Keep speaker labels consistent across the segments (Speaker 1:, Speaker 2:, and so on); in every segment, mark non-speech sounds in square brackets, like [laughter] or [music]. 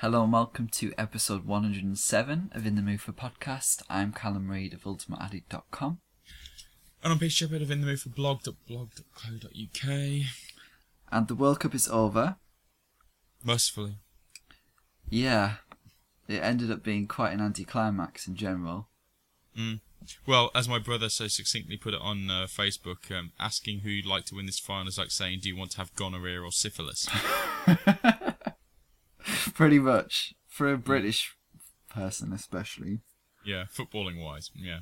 Speaker 1: Hello and welcome to episode 107 of In the Mood for Podcast. I'm Callum Reid of ultimateaddict.com.
Speaker 2: And I'm Peter Shepherd of In the Mood for blog.blog.co.uk.
Speaker 1: And the World Cup is over.
Speaker 2: Mercifully.
Speaker 1: Yeah, it ended up being quite an anticlimax in general. [laughs]
Speaker 2: Well, as my brother so succinctly put it on uh, Facebook, um, asking who you'd like to win this final is like saying, do you want to have gonorrhea or syphilis? [laughs]
Speaker 1: Pretty much. For a British person, especially.
Speaker 2: yeah, footballing wise, yeah.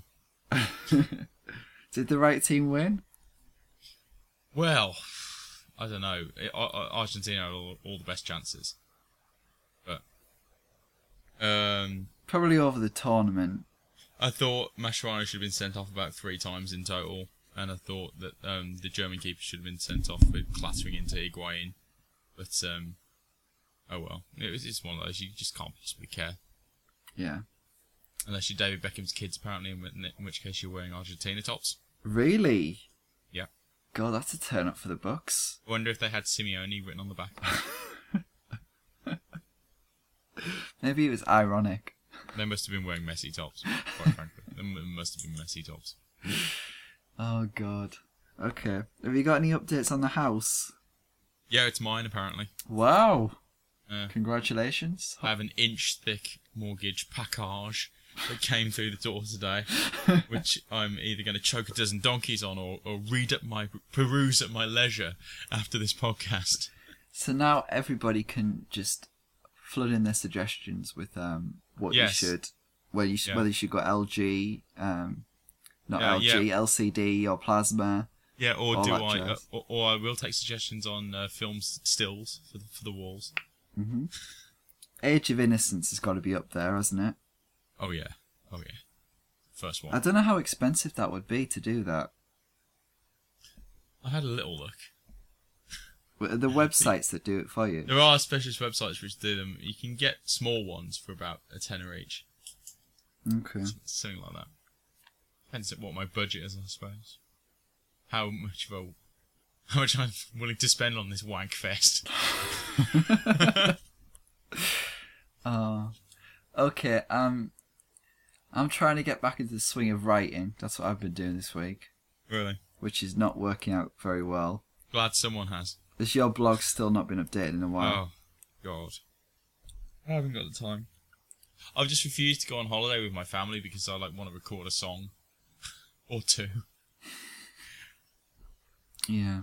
Speaker 1: Did the right team win?
Speaker 2: Well, I don't know. It, Ar- Ar- Argentina had all, all the best chances. But um,
Speaker 1: Probably over the tournament.
Speaker 2: I thought Mascherano should have been sent off about three times in total. And I thought that um, the German keeper should have been sent off for clattering into Higuain. But, um, oh well. It was, it's one of those, you just can't possibly care.
Speaker 1: Yeah.
Speaker 2: Unless you're David Beckham's kids, apparently, in, whi- in which case you're wearing Argentina tops.
Speaker 1: Really?
Speaker 2: Yeah.
Speaker 1: God, that's a turn up for the Bucks.
Speaker 2: I wonder if they had Simeone written on the back.
Speaker 1: Maybe it was ironic.
Speaker 2: they must have been wearing messy tops, quite frankly. They m- must have been messy tops.
Speaker 1: Oh, God. Okay. Have you got any updates on the house?
Speaker 2: Yeah, it's mine, apparently.
Speaker 1: Wow.
Speaker 2: Yeah.
Speaker 1: Congratulations.
Speaker 2: I have an inch thick mortgage package that came through the door today, which I'm either going to choke a dozen donkeys on or, or read at my peruse at my leisure after this podcast.
Speaker 1: So now everybody can just flood in their suggestions with um what
Speaker 2: Yes.
Speaker 1: you should whether you should,
Speaker 2: Yeah.
Speaker 1: whether you should go LG um not
Speaker 2: Yeah,
Speaker 1: LG LCD or plasma.
Speaker 2: Yeah, or
Speaker 1: All
Speaker 2: do
Speaker 1: that
Speaker 2: I? Uh,
Speaker 1: jazz.
Speaker 2: or, or I will take suggestions on uh, films stills for the, for the walls.
Speaker 1: Mm-hmm. Age of Innocence has got to be up there, hasn't it?
Speaker 2: Oh yeah, oh yeah, first one.
Speaker 1: I don't know how expensive that would be to do that.
Speaker 2: I had a little look.
Speaker 1: W- The websites that do it for you.
Speaker 2: There are specialist websites which do them. You can get small ones for about a tenner each,
Speaker 1: Okay.
Speaker 2: something like that. Depends on what my budget is, I suppose. How much of a how much I'm willing to spend on this wank
Speaker 1: [laughs]
Speaker 2: fest.
Speaker 1: Oh. Okay. Um. I'm trying to get back into the swing of writing. That's what I've been doing this week,
Speaker 2: Really,
Speaker 1: which is not working out very well.
Speaker 2: glad someone has.
Speaker 1: Has your blog still not been updated in a while?
Speaker 2: Oh God, I haven't got the time. I've just refused to go on holiday with my family because I like want to record a song [laughs] or two.
Speaker 1: Yeah.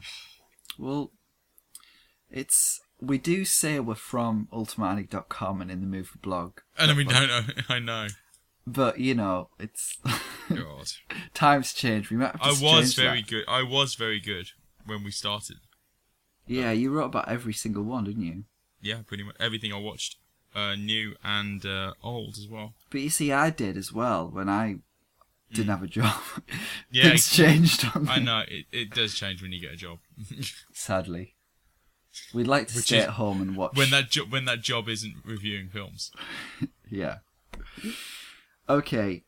Speaker 1: Well, it's we do say we're from ultimateaddict.com and in the move for blog,
Speaker 2: And I mean, no, no, I know. [laughs]
Speaker 1: but you know it's [laughs]
Speaker 2: God,
Speaker 1: times change. We might have
Speaker 2: I
Speaker 1: just
Speaker 2: was
Speaker 1: changed that.
Speaker 2: very good. I was very good when we started.
Speaker 1: Yeah, you wrote about every single one, didn't you?
Speaker 2: Yeah, pretty much everything I watched, uh, new and uh, old as well.
Speaker 1: But you see, I did as well when I didn't have a job.
Speaker 2: Hmm.
Speaker 1: [laughs]
Speaker 2: Yeah,
Speaker 1: Things changed on me.
Speaker 2: I know it, it does change when you get a job.
Speaker 1: Sadly, we'd like to
Speaker 2: Which
Speaker 1: stay
Speaker 2: is-
Speaker 1: at home and watch.
Speaker 2: when that jo- when that job isn't reviewing films.
Speaker 1: Yeah. Okay.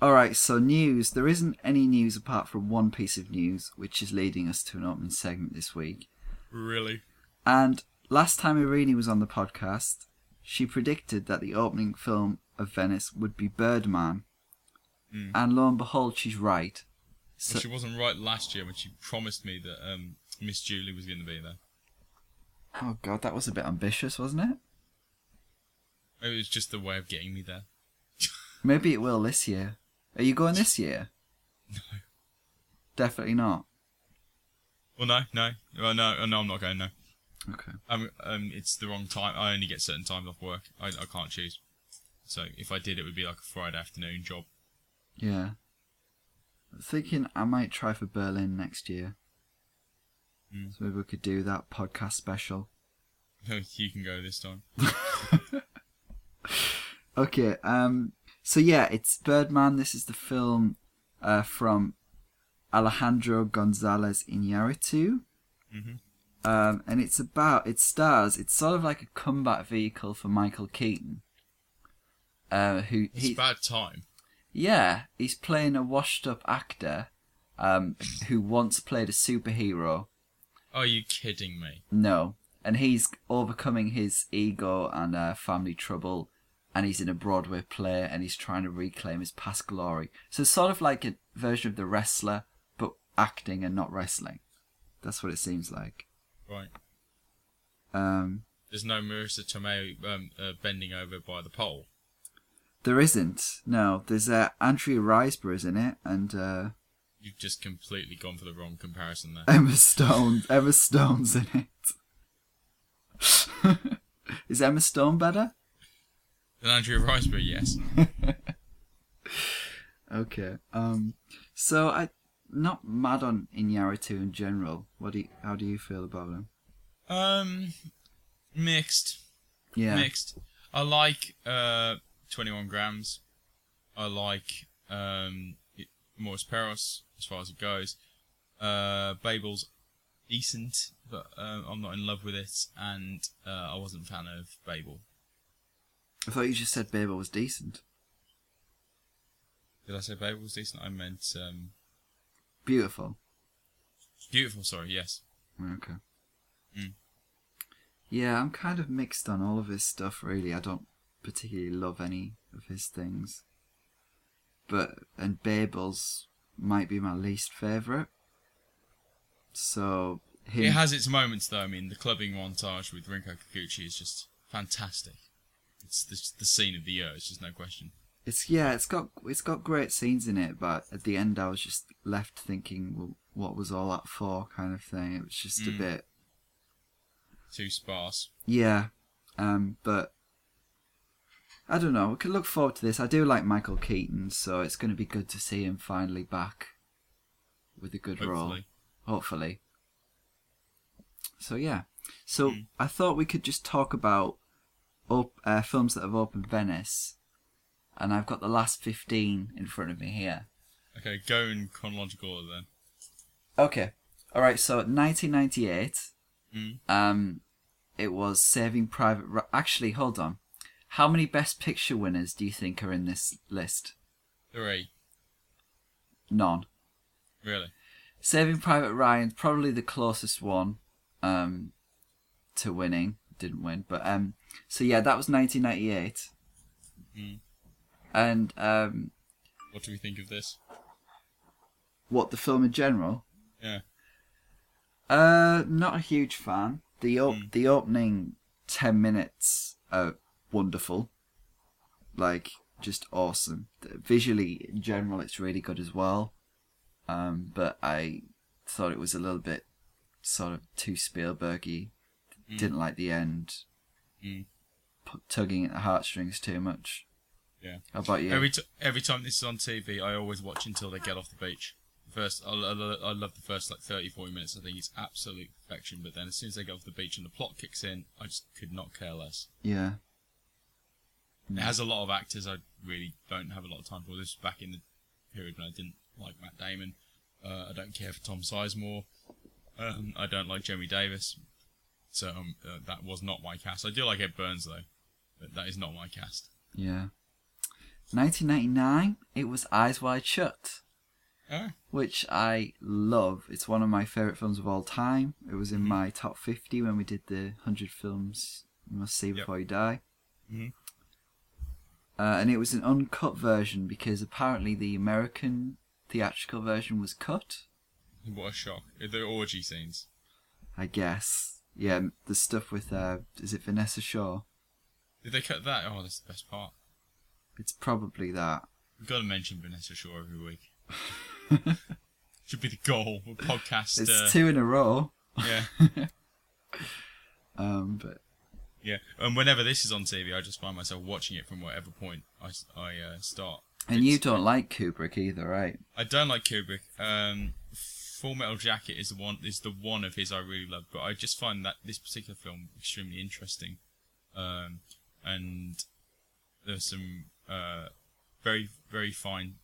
Speaker 1: All right, so news. There isn't any news apart from one piece of news, which is leading us to an opening segment this week.
Speaker 2: Really,
Speaker 1: And last time Irini was on the podcast, she predicted that the opening film of Venice would be Birdman. And lo and behold, she's right. So-
Speaker 2: well, she wasn't right last year when she promised me that um, Miss Julie was going to be there.
Speaker 1: Oh, God, that was a bit ambitious, wasn't it?
Speaker 2: Maybe It was just the way of getting me there.
Speaker 1: Maybe it will this year. Are you going this year? No. Definitely not.
Speaker 2: Well, no, no, well, no, uh, no, I'm not going. No,
Speaker 1: Okay.
Speaker 2: um, um, it's the wrong time. I only get certain times off work. I, I can't choose. So if I did, it would be like a Friday afternoon job. [laughs]
Speaker 1: Yeah. I'm thinking I might try for Berlin next year.
Speaker 2: Mm.
Speaker 1: So maybe we could do that podcast special.
Speaker 2: you can go this time.
Speaker 1: Okay, um so yeah, it's Birdman. This is the film uh from Alejandro Gonzalez Iñárritu.
Speaker 2: Mhm.
Speaker 1: Um, and it's about it stars it's sort of like a combat vehicle for Michael Keaton. Uh, who
Speaker 2: It's
Speaker 1: he,
Speaker 2: bad time.
Speaker 1: Yeah, he's playing a washed up actor um, who once played a superhero.
Speaker 2: Are you kidding me?
Speaker 1: No. and he's overcoming his ego and uh, family trouble, and he's in a Broadway play, and he's trying to reclaim his past glory. So it's sort of like a version of the wrestler, but acting and not wrestling. That's what it seems like.
Speaker 2: Right.
Speaker 1: Um,
Speaker 2: There's no Marissa Tomei um, uh, bending over by the pole.
Speaker 1: there isn't. No, there's uh, Andrea Riseborough's in it, and uh,
Speaker 2: You've just completely gone for the wrong comparison there.
Speaker 1: Emma Stone. Emma Stone's in it. [laughs] Is Emma Stone better?
Speaker 2: Then Andrea Riseborough, yes.
Speaker 1: Okay. Um. So I not mad on Iñárritu in general. What do you, how do you feel about him?
Speaker 2: Um, mixed.
Speaker 1: Yeah.
Speaker 2: Mixed. I like uh, 21 Grams. I like um, it- Morris Peros, as far as it goes. Uh, Babel's decent, but uh, I'm not in love with it, and uh, I wasn't a fan of Babel.
Speaker 1: I thought you just said Babel was decent.
Speaker 2: Did I say Babel's decent? I meant um,
Speaker 1: Beautiful.
Speaker 2: beautiful, sorry, yes.
Speaker 1: Okay.
Speaker 2: Mm.
Speaker 1: Yeah, I'm kind of mixed on all of his stuff. Really, I don't particularly love any of his things. But and Babel's might be my least favorite. So him,
Speaker 2: It has its moments, though. I mean, the clubbing montage with Rinko Kikuchi is just fantastic. It's the, the scene of the year, it's just no question.
Speaker 1: It's yeah, it's got it's got great scenes in it, but at the end I was just left thinking, well, what was all that for, kind of thing. It was just a
Speaker 2: Mm.
Speaker 1: bit
Speaker 2: Too sparse.
Speaker 1: yeah, um, but I don't know. We can look forward to this. I do like Michael Keaton, so it's going to be good to see him finally back with a good role,
Speaker 2: Hopefully.
Speaker 1: hopefully. So yeah, so I thought we could just talk about op- uh, films that have opened Venice, and I've got the last fifteen in front of me here.
Speaker 2: Okay, go in chronological order then.
Speaker 1: Okay. All right. So 1998.
Speaker 2: Mm.
Speaker 1: Um, it was Saving Private. Ri- Actually, hold on. How many Best Picture winners do you think are in this list?
Speaker 2: Three,
Speaker 1: None.
Speaker 2: really.
Speaker 1: Saving Private Ryan's probably the closest one um, to winning. Didn't win, but um, so yeah, that was 1998.
Speaker 2: Mm.
Speaker 1: And um,
Speaker 2: What do we think of this?
Speaker 1: what the film in general?
Speaker 2: Yeah.
Speaker 1: Uh, not a huge fan. The op-
Speaker 2: Mm.
Speaker 1: the opening ten minutes are wonderful, like just awesome. Visually, in general, it's really good as well. Um, but I thought it was a little bit sort of too Spielbergy.
Speaker 2: Mm.
Speaker 1: Didn't like the end,
Speaker 2: Mm.
Speaker 1: P- tugging at the heartstrings too much.
Speaker 2: Yeah.
Speaker 1: How about you?
Speaker 2: Every, t- every time this is on TV, I always watch until they get off the beach. First, I, lo- I, lo- I love the first like 30, 40 minutes. I think it's absolute perfection. But then as soon as they get off the beach and the plot kicks in, I just could not care less.
Speaker 1: yeah.
Speaker 2: It has a lot of actors I really don't have a lot of time for. This is back in the period when I didn't like Matt Damon. Uh, I don't care for Tom Sizemore. Um, I don't like Jeremy Davis. So um, uh, that was not my cast. I do like Ed Burns though, but that is not my cast.
Speaker 1: Yeah. 1999, it was Eyes Wide Shut.
Speaker 2: Oh,
Speaker 1: which I love. It's one of my favorite films of all time. It was in my top 50 when we did the 100 films you must see before you die.
Speaker 2: Mhm.
Speaker 1: Uh, and it was an uncut version because apparently the American theatrical version was cut,
Speaker 2: what a shock! Uh, The orgy scenes.
Speaker 1: I guess. Yeah, the stuff with uh, is it Vanessa Shaw?
Speaker 2: Did they cut that? Oh, that's the best part.
Speaker 1: It's probably that.
Speaker 2: We've got to mention Vanessa Shaw every week. Should be the goal. We'll podcast.
Speaker 1: It's
Speaker 2: uh,
Speaker 1: two in a row.
Speaker 2: yeah.
Speaker 1: Um, but
Speaker 2: Yeah, and whenever this is on TV, I just find myself watching it from whatever point I, s- I, uh, start.
Speaker 1: and you
Speaker 2: It's-
Speaker 1: don't like Kubrick either, right?
Speaker 2: I don't like Kubrick. Um, Full Metal Jacket is the one is the one of his I really love, but I just find that this particular film extremely interesting, um, and there's some uh, very very fine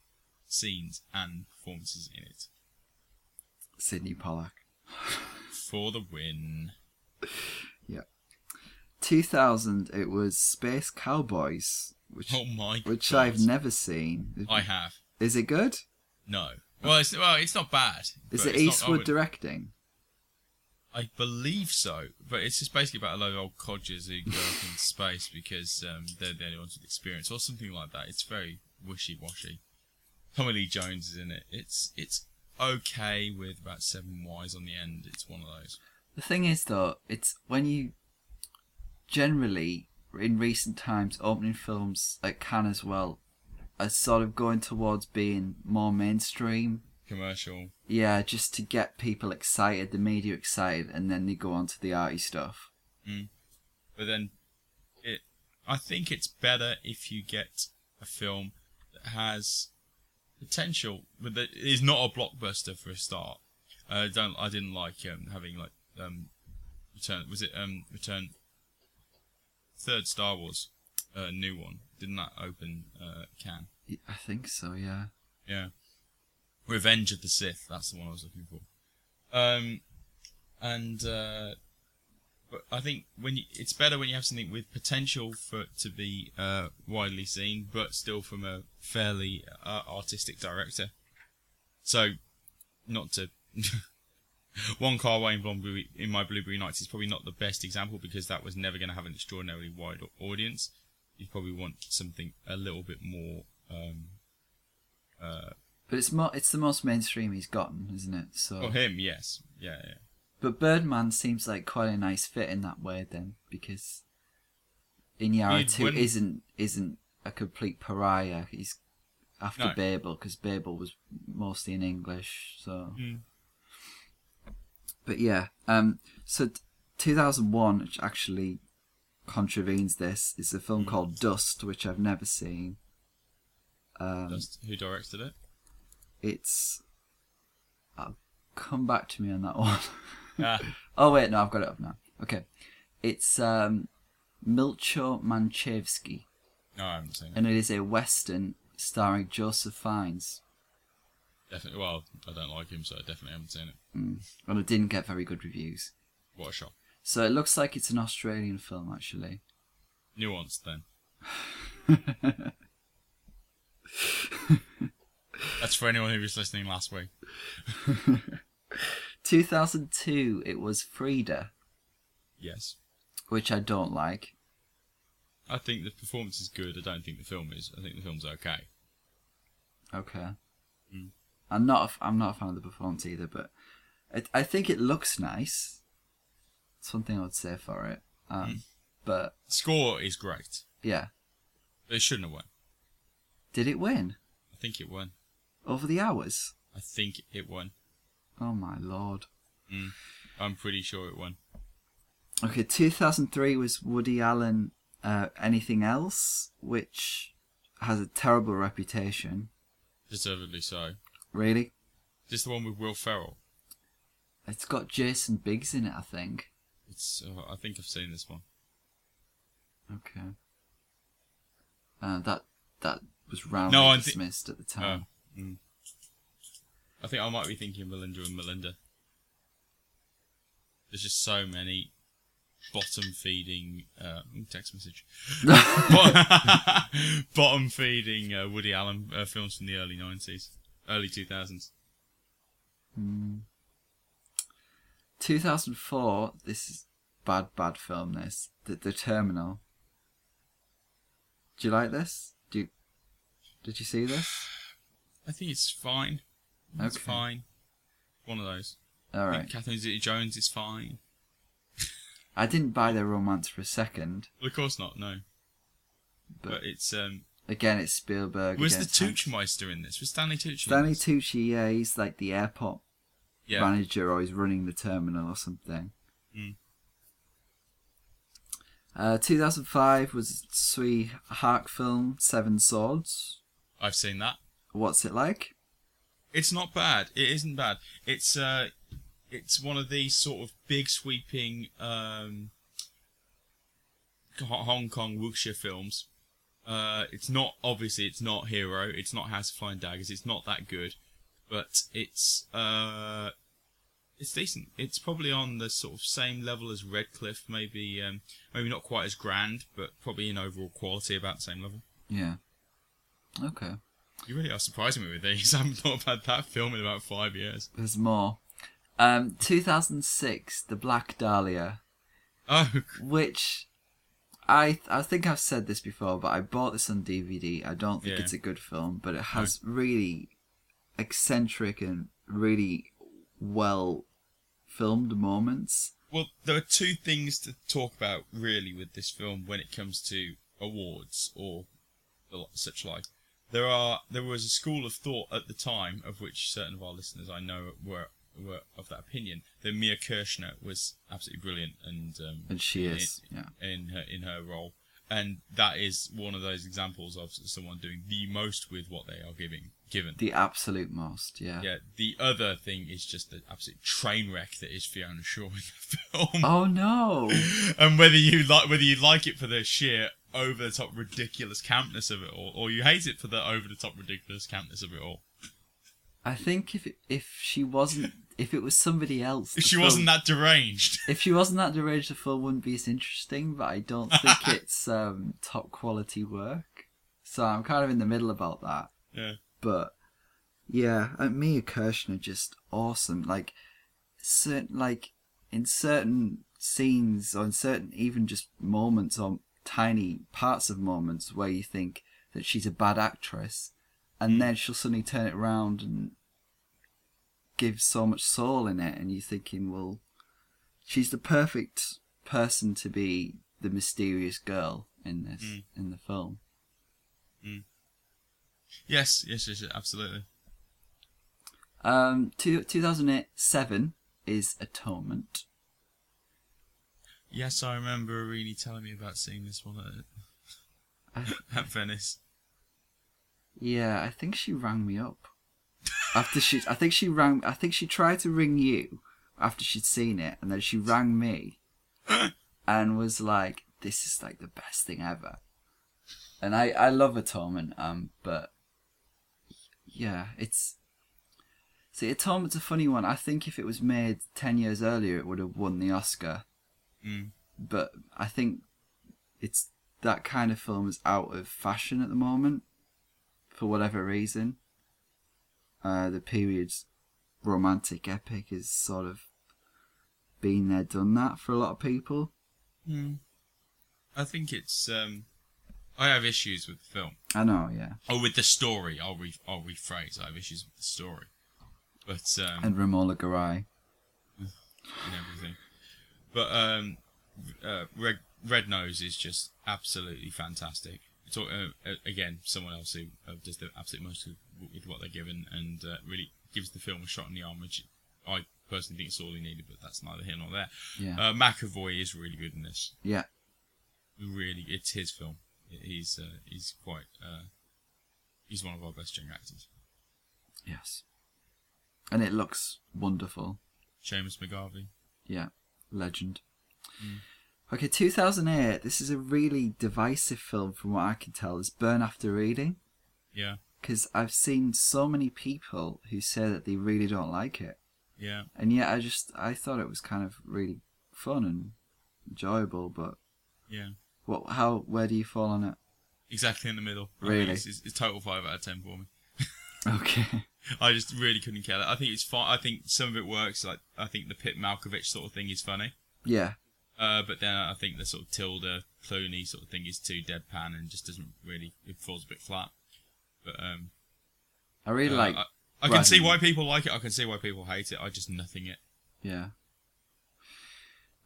Speaker 2: scenes and performances in it
Speaker 1: Sidney Pollack.
Speaker 2: for the win. [laughs]
Speaker 1: 2000 it was space cowboys which
Speaker 2: Oh my!
Speaker 1: which
Speaker 2: God.
Speaker 1: i've never seen
Speaker 2: I have
Speaker 1: is it good
Speaker 2: no. Well, it's well, it's not bad.
Speaker 1: is it
Speaker 2: but it's not- I
Speaker 1: eastwood
Speaker 2: would-
Speaker 1: directing
Speaker 2: I believe so, but it's just basically about a load of old codgers who go up in space because um, they're the only ones with experience or something like that. It's very wishy-washy. Tommy Lee Jones is in it. It's it's okay with about seven Ys on the end. It's one of those.
Speaker 1: The thing is, though, it's when you generally in recent times opening films at Cannes as well are sort of going towards being more mainstream.
Speaker 2: Commercial.
Speaker 1: Yeah, just to get people excited, the media excited, and then they go on to the arty stuff.
Speaker 2: But then, it. I think it's better if you get a film that has potential, but that is not a blockbuster for a start. Uh, I don't. I didn't like um, having like um, return. Was it um, return? Third Star Wars, uh, new one. Didn't that open uh, can?
Speaker 1: Y- I think so, yeah.
Speaker 2: Yeah. Revenge of the Sith. That's the one I was looking for. Um, and uh, but I think when you, it's better when you have something with potential for it to be uh, widely seen, but still from a fairly uh, artistic director. So, not to [laughs] one car way in Blombury in my Blueberry Nights is probably not the best example because that was never going to have an extraordinarily wide au- audience. You probably want something a little bit more. Um,
Speaker 1: But it's mo- it's the most mainstream he's gotten, isn't it? So,
Speaker 2: for him, yes, yeah, yeah.
Speaker 1: but Birdman seems like quite a nice fit in that way then, because Inyara
Speaker 2: You'd
Speaker 1: two
Speaker 2: win-
Speaker 1: isn't isn't a complete pariah. He's after
Speaker 2: No.
Speaker 1: Babel because Babel was mostly in English. So, but yeah, um, so t- 2001, which actually contravenes this, is a film called Dust, which I've never seen.
Speaker 2: That's who directed it?
Speaker 1: It's. I'll come back to me on that [laughs] one.
Speaker 2: Ah,
Speaker 1: Oh wait, no, I've got it up now. Okay, it's um, Milcho Manchevsky,
Speaker 2: no, I haven't seen it.
Speaker 1: and it is a western starring Joseph Fiennes.
Speaker 2: Definitely. Well, I don't like him, so I definitely haven't seen it.
Speaker 1: And it didn't get very good reviews.
Speaker 2: What a shock.
Speaker 1: So it looks like it's an Australian film, actually.
Speaker 2: Nuance then. That's for anyone who was listening last week.
Speaker 1: 2002, it was Frida,
Speaker 2: Yes.
Speaker 1: which I don't like.
Speaker 2: I think the performance is good. I don't think the film is. I think the film's okay.
Speaker 1: Okay. I'm not. A, f- I'm not a fan of the performance either, but I, I think it looks nice. Something I would say for it. Um, But
Speaker 2: Score is great.
Speaker 1: yeah,
Speaker 2: It shouldn't have won.
Speaker 1: did it win
Speaker 2: I think it won.
Speaker 1: over the hours?
Speaker 2: I think it won.
Speaker 1: Oh my lord.
Speaker 2: I'm pretty sure it won.
Speaker 1: Okay, 2003 was Woody Allen uh, Anything Else, which has a terrible reputation.
Speaker 2: Deservedly so.
Speaker 1: Really?
Speaker 2: Just the one with Will Ferrell.
Speaker 1: It's got Jason Biggs in it, I think.
Speaker 2: It's. Uh, I think I've seen this one.
Speaker 1: Okay. Uh, that that was roundly
Speaker 2: No, I thi-
Speaker 1: dismissed at the time.
Speaker 2: Oh, mm. I think I might be thinking Melinda and Melinda. There's just so many bottom feeding uh, ooh,
Speaker 1: [laughs]
Speaker 2: text message. [laughs] bottom feeding uh, Woody Allen uh, films from the early 90s, early 2000s.
Speaker 1: 2004. This is bad, bad film. This the, the Terminal. Do you like this? Do you, did you see this?
Speaker 2: I think it's fine. It's
Speaker 1: Okay.
Speaker 2: fine. One of those.
Speaker 1: All
Speaker 2: I
Speaker 1: right.
Speaker 2: think Catherine Zeta-Jones is fine.
Speaker 1: I didn't buy their romance for a second,
Speaker 2: Well, of course not. No,
Speaker 1: but,
Speaker 2: but, it's um.
Speaker 1: again, it's Spielberg.
Speaker 2: Was the
Speaker 1: against Hanks.
Speaker 2: Toochmeister in this? Was Stanley Tucci? in
Speaker 1: Stanley
Speaker 2: this?
Speaker 1: Tucci, yeah, he's like the airport
Speaker 2: Yeah.
Speaker 1: manager or he's running the terminal or something.
Speaker 2: Mm.
Speaker 1: Uh, 2005 was Sui Hark film, Seven Swords.
Speaker 2: I've seen that.
Speaker 1: What's it like?
Speaker 2: It's not bad. It isn't bad. It's uh, it's one of these sort of big sweeping um, Ho- Hong Kong wuxia films. Uh, it's not obviously it's not Hero. It's not House of Flying Daggers. It's not that good, but it's uh, it's decent. It's probably on the sort of same level as Redcliffe. Maybe um, maybe not quite as grand, but probably in overall quality about the same level.
Speaker 1: Yeah. Okay.
Speaker 2: [laughs] You really are surprising me with these. I haven't thought about that film in about five years.
Speaker 1: There's more. Um, 2006, The Black Dahlia,
Speaker 2: Oh,
Speaker 1: which I I think I've said this before, but I bought this on DVD. I don't think
Speaker 2: Yeah.
Speaker 1: it's a good film, but it has really eccentric and really well filmed moments.
Speaker 2: Well, there are two things to talk about really with this film when it comes to awards or the li- such like. There are there was a school of thought at the time of which certain of our listeners I know were were of that opinion that Mia Kirshner was absolutely brilliant and um,
Speaker 1: And she
Speaker 2: in-
Speaker 1: is, yeah.
Speaker 2: in her in her role, and that is one of those examples of someone doing the most with what they are giving given.
Speaker 1: The uh, absolute most, yeah.
Speaker 2: yeah, the other thing is just the absolute train wreck that is Fiona Shaw in the [laughs] film
Speaker 1: Oh
Speaker 2: [laughs]
Speaker 1: no!
Speaker 2: and whether you like whether you like it for the sheer over the top ridiculous campness of it all, or you hate it for the over the top ridiculous campness of it all.
Speaker 1: I think if if she wasn't, if it was somebody else,
Speaker 2: If she wasn't
Speaker 1: [laughs]
Speaker 2: that deranged,
Speaker 1: if she wasn't that deranged, the film wouldn't be as interesting. But I don't
Speaker 2: [laughs]
Speaker 1: think it's um, top quality work, so I'm kind of in the middle about that.
Speaker 2: yeah,
Speaker 1: But yeah, uh, and Mia Kirshner just awesome. Like certain, like in certain scenes or in certain even just moments or tiny parts of moments where you think that she's a bad actress, and then she'll suddenly turn it around and give so much soul in it, and you're thinking, well, she's the perfect person to be the mysterious girl in this
Speaker 2: Mm.
Speaker 1: in the film.
Speaker 2: yes, yes, yes, yes, absolutely.
Speaker 1: Um, two, 2007 is Atonement.
Speaker 2: Yes, I remember Arini telling me about seeing this one at, [laughs] at Venice.
Speaker 1: Yeah, I think she rang me up after she. I think she rang. I think she tried to ring you after she'd seen it, and then she rang me and was like, "This is like the best thing ever." And I, I love Atonement, um, but yeah, it's see Atonement's a funny one. I think if it was made ten years earlier, it would have won the Oscar.
Speaker 2: Mm.
Speaker 1: But I think it's that kind of film is out of fashion at the moment for whatever reason. Uh, the period's romantic epic is sort of been there, done that for a lot of people.
Speaker 2: Mm. I think it's. Um, I have issues with the film.
Speaker 1: I know, yeah.
Speaker 2: Oh, with the story. I'll re- I'll rephrase. I have issues with the story, but um,
Speaker 1: And Romola Garai.
Speaker 2: and everything. But um, uh, Red Red Nose is just absolutely fantastic. Talk, uh, uh, again, someone else who uh, does the absolute most with, with what they're given and uh, really gives the film a shot in the arm, which I personally think is all he needed. But that's neither here nor there.
Speaker 1: Yeah.
Speaker 2: Uh, McAvoy is really good in this.
Speaker 1: yeah.
Speaker 2: Really, it's his film. He's uh, he's quite uh, he's one of our best young actors.
Speaker 1: Yes. And it looks wonderful.
Speaker 2: Seamus McGarvey.
Speaker 1: Yeah. Legend. Okay, 2008. This is a really divisive film from what I can tell. It's Burn After Reading.
Speaker 2: Yeah,
Speaker 1: Because I've seen so many people who say that they really don't like it.
Speaker 2: yeah.
Speaker 1: and yet I just I thought it was kind of really fun and enjoyable. But
Speaker 2: Yeah.
Speaker 1: what? How? Where do you fall on
Speaker 2: [laughs]
Speaker 1: it?
Speaker 2: Exactly in the middle. I
Speaker 1: Really?
Speaker 2: mean, It's, it's, it's total five out of ten for me.
Speaker 1: Okay.
Speaker 2: I just really couldn't care. I think it's fine. I think some of it works. Like I think the Pit Malkovich sort of thing is funny,
Speaker 1: Yeah.
Speaker 2: uh, but then I think the sort of Tilda Clooney sort of thing is too deadpan and just doesn't really. It falls a bit flat. But um,
Speaker 1: I really
Speaker 2: uh,
Speaker 1: like.
Speaker 2: I, I can see
Speaker 1: Ravi.
Speaker 2: why people like it. I can see why people hate it. I just nothing it.
Speaker 1: Yeah.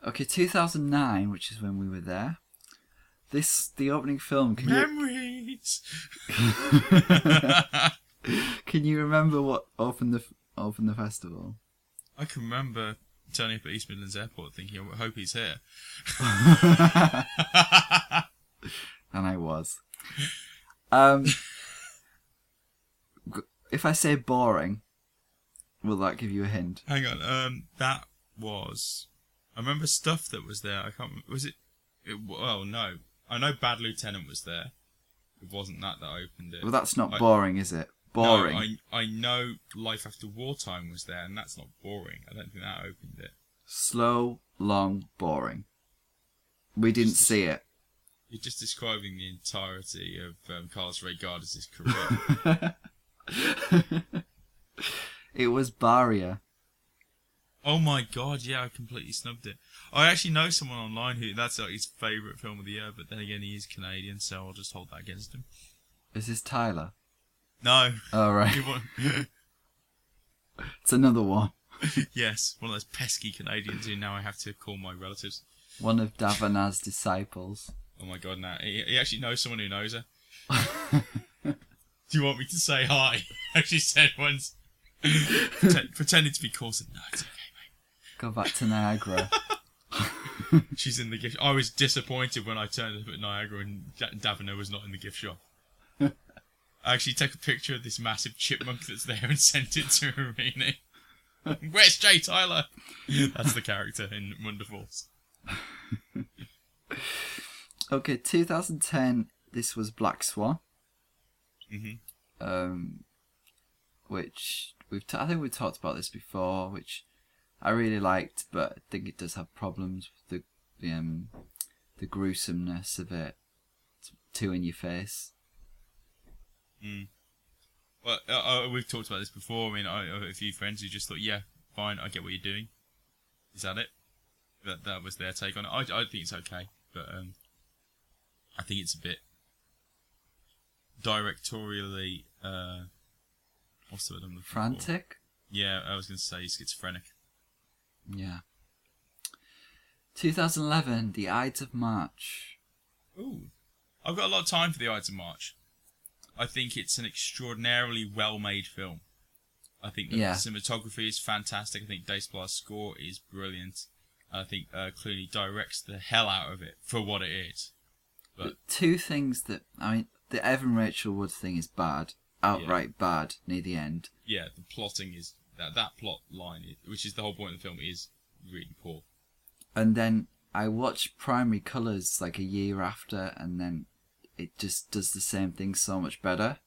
Speaker 1: Okay, 2009, which is when we were there. This the opening film. Can you
Speaker 2: Memories.
Speaker 1: can you remember what opened the f- opened the festival?
Speaker 2: I can remember turning up at East Midlands Airport thinking, I hope he's here.
Speaker 1: And I
Speaker 2: [laughs]
Speaker 1: was. Um, g- if I say boring, will that give you a hint?
Speaker 2: Hang on. Um, that was. I remember stuff that was there. I can't. rem- Was it? it well, no. I know Bad Lieutenant was there. It wasn't that that opened it.
Speaker 1: Well, that's not
Speaker 2: I-
Speaker 1: boring, is it?
Speaker 2: No,
Speaker 1: Boring.
Speaker 2: I I know Life After Wartime was there, and that's not boring. I don't think that opened it.
Speaker 1: slow, long, boring. We didn't see it.
Speaker 2: You're just describing the entirety of um, Carlos Ray Gardas'
Speaker 1: [laughs]
Speaker 2: career.
Speaker 1: It was Barrier.
Speaker 2: Oh my god, yeah, I completely snubbed it. I actually know someone online who that's like his favourite film of the year, but then again, he is Canadian, so I'll just hold that against him.
Speaker 1: Is this Tyler?
Speaker 2: No,
Speaker 1: Oh,
Speaker 2: he
Speaker 1: right. [laughs]
Speaker 2: won-
Speaker 1: It's another one.
Speaker 2: yes, one of those pesky Canadians who now I have to call my relatives.
Speaker 1: One of Davana's disciples.
Speaker 2: Oh my god, now he, he actually knows someone who knows her. Do you want me to say hi? [laughs] As she said once, Pretend, pretending to be Corson. No, it's okay, mate.
Speaker 1: Go back to Niagara.
Speaker 2: She's in the gift. I was disappointed when I turned up at Niagara and Da- Davina was not in the gift shop. I actually took a picture of this massive chipmunk that's there and [laughs] sent it to Irene. [laughs] Where's Jay Tyler? That's the character in Wonderfuls.
Speaker 1: Okay, 2010. This was Black Swan.
Speaker 2: Mhm.
Speaker 1: Um, which we've t- I think we talked about this before, which I really liked, but I think it does have problems with the the, um, the gruesomeness of it. It's too in your face.
Speaker 2: Well, uh, uh, we've talked about this before. I mean, I, I have a few friends who just thought, "Yeah, fine, I get what you're doing." Is that it? That that was their take on it. I, I think it's okay, but um, I think it's a bit directorially. Uh, what's the word I'm looking for?
Speaker 1: Frantic.
Speaker 2: Yeah, I was going to say schizophrenic.
Speaker 1: Yeah. 2011, The Ides of March.
Speaker 2: Ooh, I've got a lot of time for the Ides of March. I think it's an extraordinarily well-made film. I think the
Speaker 1: Yeah.
Speaker 2: cinematography is fantastic. I think Desplat's score is brilliant. I think uh, Clooney directs the hell out of it for what it is. But-
Speaker 1: But two things that I mean, the Evan Rachel Wood thing is bad, outright bad near the end.
Speaker 2: Yeah, the plotting is that that plot line, i- which is the whole point of the film, is really poor.
Speaker 1: and then I watched Primary Colors like a year after, and then it just does the same thing so much better.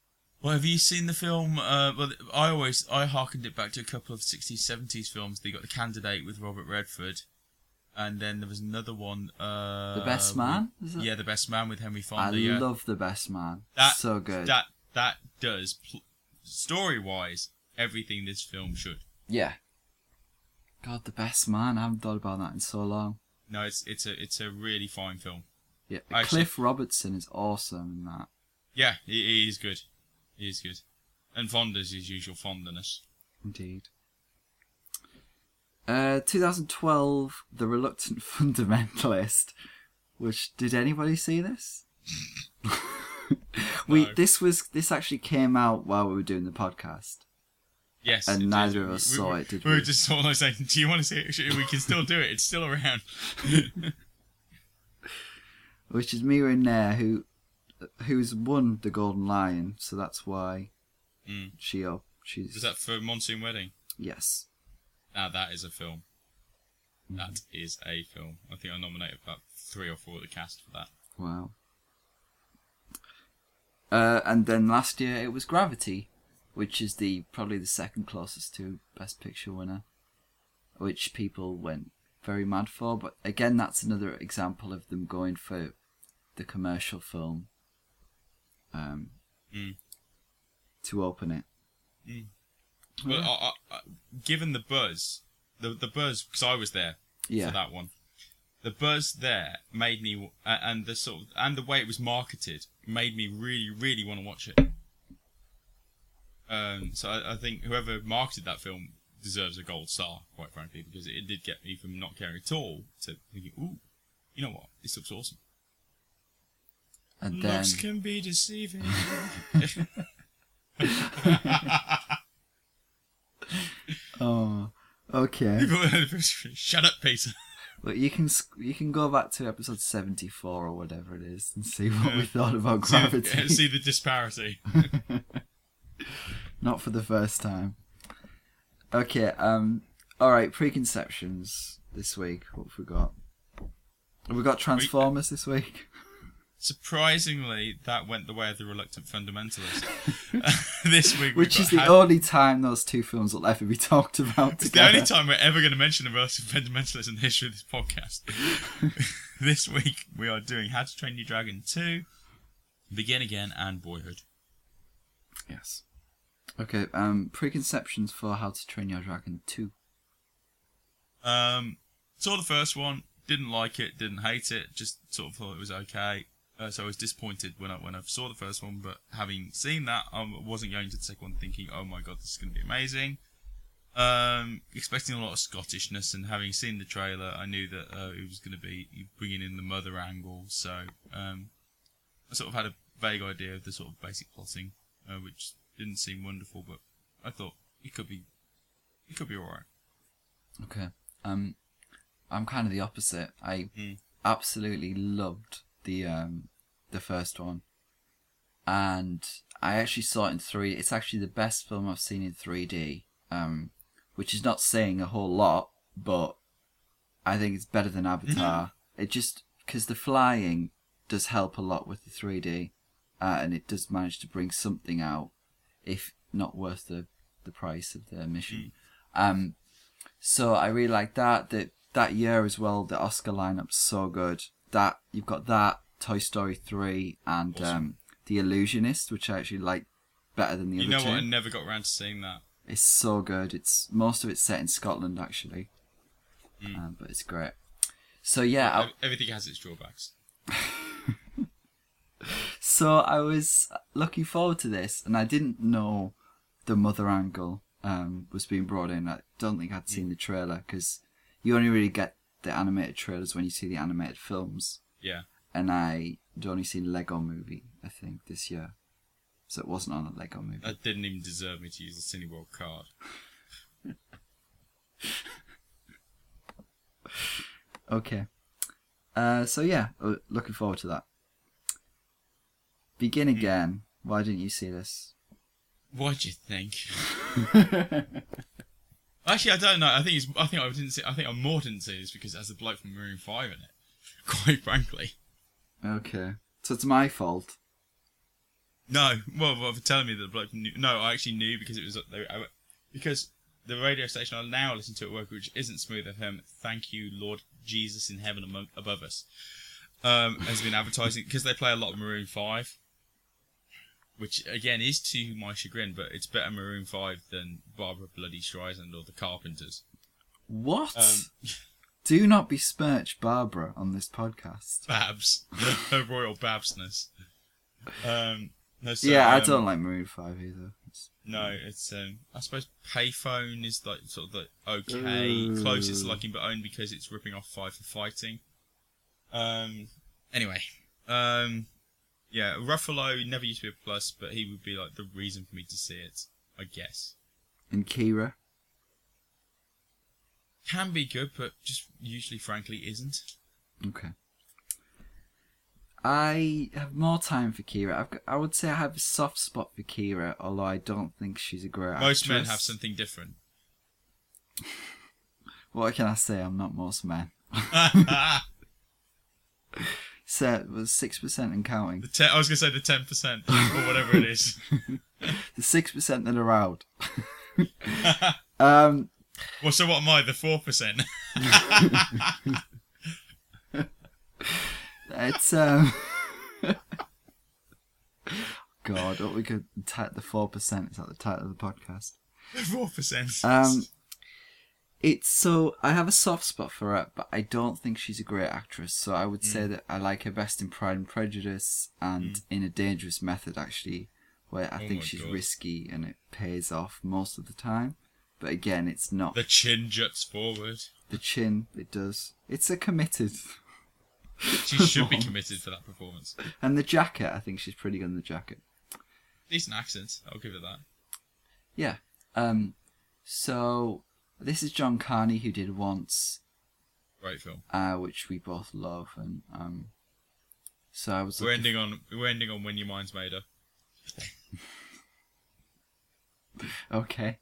Speaker 2: Well, have you seen the film? Uh, well, I always I harkened it back to a couple of 60s, 70s films. They got the Candidate with Robert Redford, and then there was another one. Uh,
Speaker 1: The Best
Speaker 2: with-
Speaker 1: Man, is it?
Speaker 2: yeah, the Best Man with Henry
Speaker 1: I
Speaker 2: Fonda. yeah.
Speaker 1: love The Best Man.
Speaker 2: that.
Speaker 1: so good.
Speaker 2: That that does pl- story wise everything this film should.
Speaker 1: yeah. God, The Best Man. I haven't thought about that in so long.
Speaker 2: No, it's it's a it's a really fine film.
Speaker 1: Yeah,
Speaker 2: Actually-
Speaker 1: Cliff Robertson is awesome in that.
Speaker 2: Yeah, he, he is good. He is good, and Fonda's his usual fondness.
Speaker 1: Indeed. Uh, 2012, The Reluctant [laughs] Fundamentalist. Which did anybody see this? [laughs] we
Speaker 2: No.
Speaker 1: this was this actually came out while we were doing the podcast.
Speaker 2: Yes,
Speaker 1: And
Speaker 2: it did.
Speaker 1: neither of us
Speaker 2: We- we-
Speaker 1: saw it, did
Speaker 2: We were
Speaker 1: we?
Speaker 2: just sort of like saying, "Do you want to see it? Should- We can still do it. It's still around."
Speaker 1: which is Mira Nair, who who's won the Golden Lion, so that's why
Speaker 2: Mm.
Speaker 1: she up. She's
Speaker 2: Was that for Monsoon Wedding?
Speaker 1: yes,
Speaker 2: Now that is a film.
Speaker 1: Hmm.
Speaker 2: That is a film. I think I nominated about three or four of the cast for that.
Speaker 1: wow. Uh, and then last year it was Gravity, which is the probably the second closest to Best Picture winner, which people went very mad for. But again, that's another example of them going for the commercial film um,
Speaker 2: Mm.
Speaker 1: to open it.
Speaker 2: Well, I, I, I, given the buzz, the the buzz because I was there
Speaker 1: Yeah,
Speaker 2: for that one, the buzz there made me uh, and the sort of and the way it was marketed made me really really want to watch it. Um, so I, I think whoever marketed that film deserves a gold star, quite frankly, because it did get me from not caring at all to thinking, ooh, you know what, this looks awesome.
Speaker 1: and then
Speaker 2: Looks can be deceiving.
Speaker 1: oh, okay.
Speaker 2: [laughs] Shut up,
Speaker 1: [laughs]
Speaker 2: Peter.
Speaker 1: But you can sc- you can go back to episode seventy four or whatever it is and see what
Speaker 2: [laughs]
Speaker 1: we thought about gravity.
Speaker 2: See, [laughs] see the disparity.
Speaker 1: Not for the first time. Okay. Um. All right. Preconceptions this week. What have we got? Have we got Transformers this week?
Speaker 2: Surprisingly, that went the way of the
Speaker 1: [laughs]
Speaker 2: reluctant fundamentalist. [laughs] this week,
Speaker 1: Which
Speaker 2: [laughs] we've
Speaker 1: is
Speaker 2: got
Speaker 1: the
Speaker 2: Har-
Speaker 1: only time those two films will ever be [laughs] talked about
Speaker 2: It's the
Speaker 1: together.
Speaker 2: only time we're ever going to mention the reluctant fundamentalist in the history of this podcast. [laughs] this week, we are doing How to Train Your Dragon 2, Begin Again, and Boyhood.
Speaker 1: Yes. Okay. Um. Preconceptions for How to Train Your Dragon two.
Speaker 2: Um, saw the first one, didn't like it, didn't hate it, just sort of thought it was okay. Uh, so I was disappointed when I when I saw the first one, but having seen that, I wasn't going to the second one thinking, "Oh my god, this is going to be amazing." Um, expecting a lot of Scottishness, and having seen the trailer, I knew that uh, it was going to be bringing in the mother angle. So um, I sort of had a vague idea of the sort of basic plotting, uh, which didn't seem wonderful, but I thought it could be it could be alright.
Speaker 1: Okay. Um, I'm kind of the opposite. I
Speaker 2: Mm.
Speaker 1: absolutely loved the um the first one, and I actually saw it in three. It's actually the best film I've seen in 3D. Um, which is not saying a whole lot, but I think it's better than
Speaker 2: Mm-hmm.
Speaker 1: Avatar. it just because the flying does help a lot with the 3D, uh, and it does manage to bring something out, if not worth the the price of the mission.
Speaker 2: Mm.
Speaker 1: Um, so I really like that. That that year as well, the Oscar lineup's so good. That you've got that Toy Story three and
Speaker 2: Awesome.
Speaker 1: um, the Illusionist, which I actually like better than the
Speaker 2: You
Speaker 1: other
Speaker 2: know
Speaker 1: two.
Speaker 2: what? I never got around to seeing that.
Speaker 1: It's so good. It's most of it's set in Scotland actually, um, but it's great. So yeah, I,
Speaker 2: Ev- Everything has its drawbacks.
Speaker 1: so I was looking forward to this, and I didn't know the mother angle um, was being brought in. I don't think I'd seen the trailer because you only really get the animated trailers when you see the animated films,
Speaker 2: Yeah.
Speaker 1: and I would only seen Lego Movie I think this year, so it wasn't on a Lego Movie.
Speaker 2: That didn't even deserve me to use the Cineworld card.
Speaker 1: Okay. Uh, so yeah, uh, looking forward to that.
Speaker 2: Hmm.
Speaker 1: Begin again. Why didn't you see this?
Speaker 2: What do you think? Actually, I don't know. I think it's, I think I didn't see. I think I more didn't see this because it has the bloke from Maroon Five in it. [laughs] Quite frankly,
Speaker 1: Okay. So it's my fault.
Speaker 2: no. Well, well for telling me that the bloke from New- no, I actually knew because it was they- I- because the radio station I now listen to at work, which isn't Smooth FM. Thank you, Lord Jesus in heaven among, above us. Um, has been advertising because they play a lot of Maroon Five, which again is to my chagrin, but it's better Maroon Five than Barbara Bloody Streisand or the Carpenters.
Speaker 1: What?
Speaker 2: Um.
Speaker 1: [laughs] Do not besmirch Barbara on this podcast.
Speaker 2: Babs, [laughs] her royal Babsness. Um, no, so,
Speaker 1: yeah, I
Speaker 2: um,
Speaker 1: don't like Maroon Five either. It's-
Speaker 2: No, it's um, I suppose payphone is like sort of the okay
Speaker 1: Ooh.
Speaker 2: closest liking, but only because it's ripping off Five for Fighting. Um, anyway, um, yeah, Ruffalo never used to be a plus, but he would be like the reason for me to see it, I guess.
Speaker 1: And Kira.
Speaker 2: Can be good, but just usually, frankly, isn't.
Speaker 1: Okay. I have more time for Kira. I've got, I would say I have a soft spot for Kira, although I don't think she's a great
Speaker 2: Most men
Speaker 1: actress.
Speaker 2: have something different. [laughs]
Speaker 1: What can I say? I'm not most men. So it was six percent and counting.
Speaker 2: The te- I was gonna say the ten percent or whatever it is.
Speaker 1: The six percent that are
Speaker 2: [laughs]
Speaker 1: out. um,
Speaker 2: Well, so what am I? The four percent. [laughs]
Speaker 1: it's um. [laughs] God, what we could type the four percent is that the title of the podcast?
Speaker 2: Four percent.
Speaker 1: Um, it's so I have a soft spot for her, but I don't think she's a great actress. So I would
Speaker 2: Hmm.
Speaker 1: say that I like her best in Pride and Prejudice and in A Dangerous Method, actually, where I
Speaker 2: Oh
Speaker 1: think
Speaker 2: my
Speaker 1: she's
Speaker 2: God.
Speaker 1: risky and it pays off most of the time. But again, it's not
Speaker 2: the chin juts forward.
Speaker 1: The chin, it does. It's a committed.
Speaker 2: She should be committed for that performance.
Speaker 1: And the jacket, I think she's pretty good in the jacket.
Speaker 2: Decent accent. I'll give it that.
Speaker 1: Yeah. Um, so this is John Carney who did Once,
Speaker 2: Great film.
Speaker 1: uh, which we both love, and um, so I was
Speaker 2: We're
Speaker 1: looking,
Speaker 2: ending on we're ending on when your mind's made up.
Speaker 1: okay.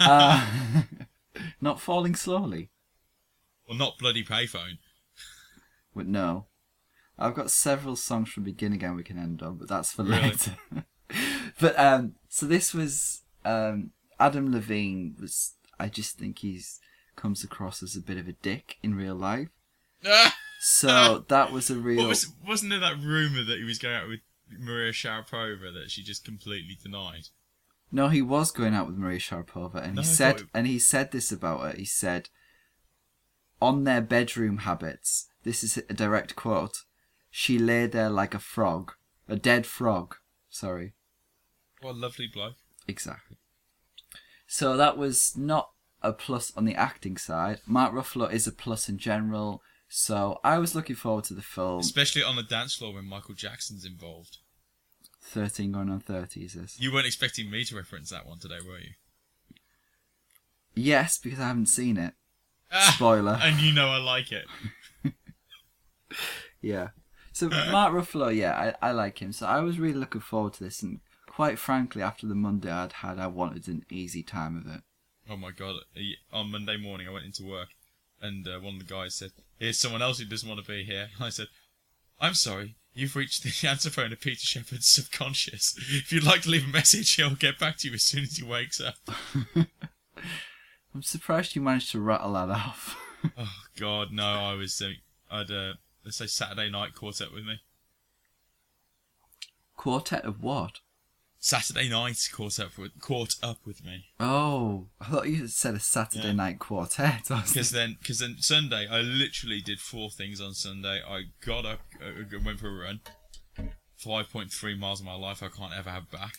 Speaker 1: uh, [laughs] not falling slowly,
Speaker 2: Well, not bloody payphone.
Speaker 1: but no. I've got several songs from Begin Again we can end on, but that's for
Speaker 2: Really?
Speaker 1: later. [laughs] but um, so this was um, Adam Levine was. I just think he's comes across as a bit of a dick in real life. So that was a real.
Speaker 2: [laughs] Ah! What was wasn't there that rumor that he was going out with Maria Sharapova that she just completely denied?
Speaker 1: No, he was going out with Maria Sharapova, and
Speaker 2: No,
Speaker 1: he
Speaker 2: I
Speaker 1: said,
Speaker 2: thought it-
Speaker 1: and he said this about her. He said, on their bedroom habits, this is a direct quote, she lay there like a frog, a dead frog. Sorry.
Speaker 2: What a lovely bloke.
Speaker 1: Exactly. So that was not a plus on the acting side. Mark Ruffalo is a plus in general. So I was looking forward to the film.
Speaker 2: Especially on the dance floor when Michael Jackson's involved.
Speaker 1: 13 going on 30 is this?
Speaker 2: You weren't expecting me to reference that one today, were you? [laughs]
Speaker 1: Yes, because I haven't seen it.
Speaker 2: Ah,
Speaker 1: Spoiler.
Speaker 2: and you know I like it.
Speaker 1: Yeah. So Mark Ruffalo, yeah, I, I like him. So I was really looking forward to this. And quite frankly, after the Monday I'd had, I wanted an easy time of it.
Speaker 2: Oh my god! y- On Monday morning, I went into work, and uh, one of the guys said, "Here's someone else who doesn't want to be here." [laughs] And I said, "I'm sorry, you've reached the [laughs] answer phone of Peter Shepherd's subconscious. If you'd like to leave a message, [laughs] he'll get back to you as soon as he wakes up." [laughs]
Speaker 1: I'm surprised you managed to rattle that off. [laughs]
Speaker 2: Oh god, no! I was, uh, I'd uh, let's say Saturday night quartet with me.
Speaker 1: Quartet of what?
Speaker 2: Saturday night caught up with caught up with me
Speaker 1: Oh, I thought you said a Saturday
Speaker 2: Yeah.
Speaker 1: night quartet. I was
Speaker 2: because then because then Sunday I literally did four things on Sunday. I got up, uh, uh, went for a run, five point three miles of my life I can't ever have back.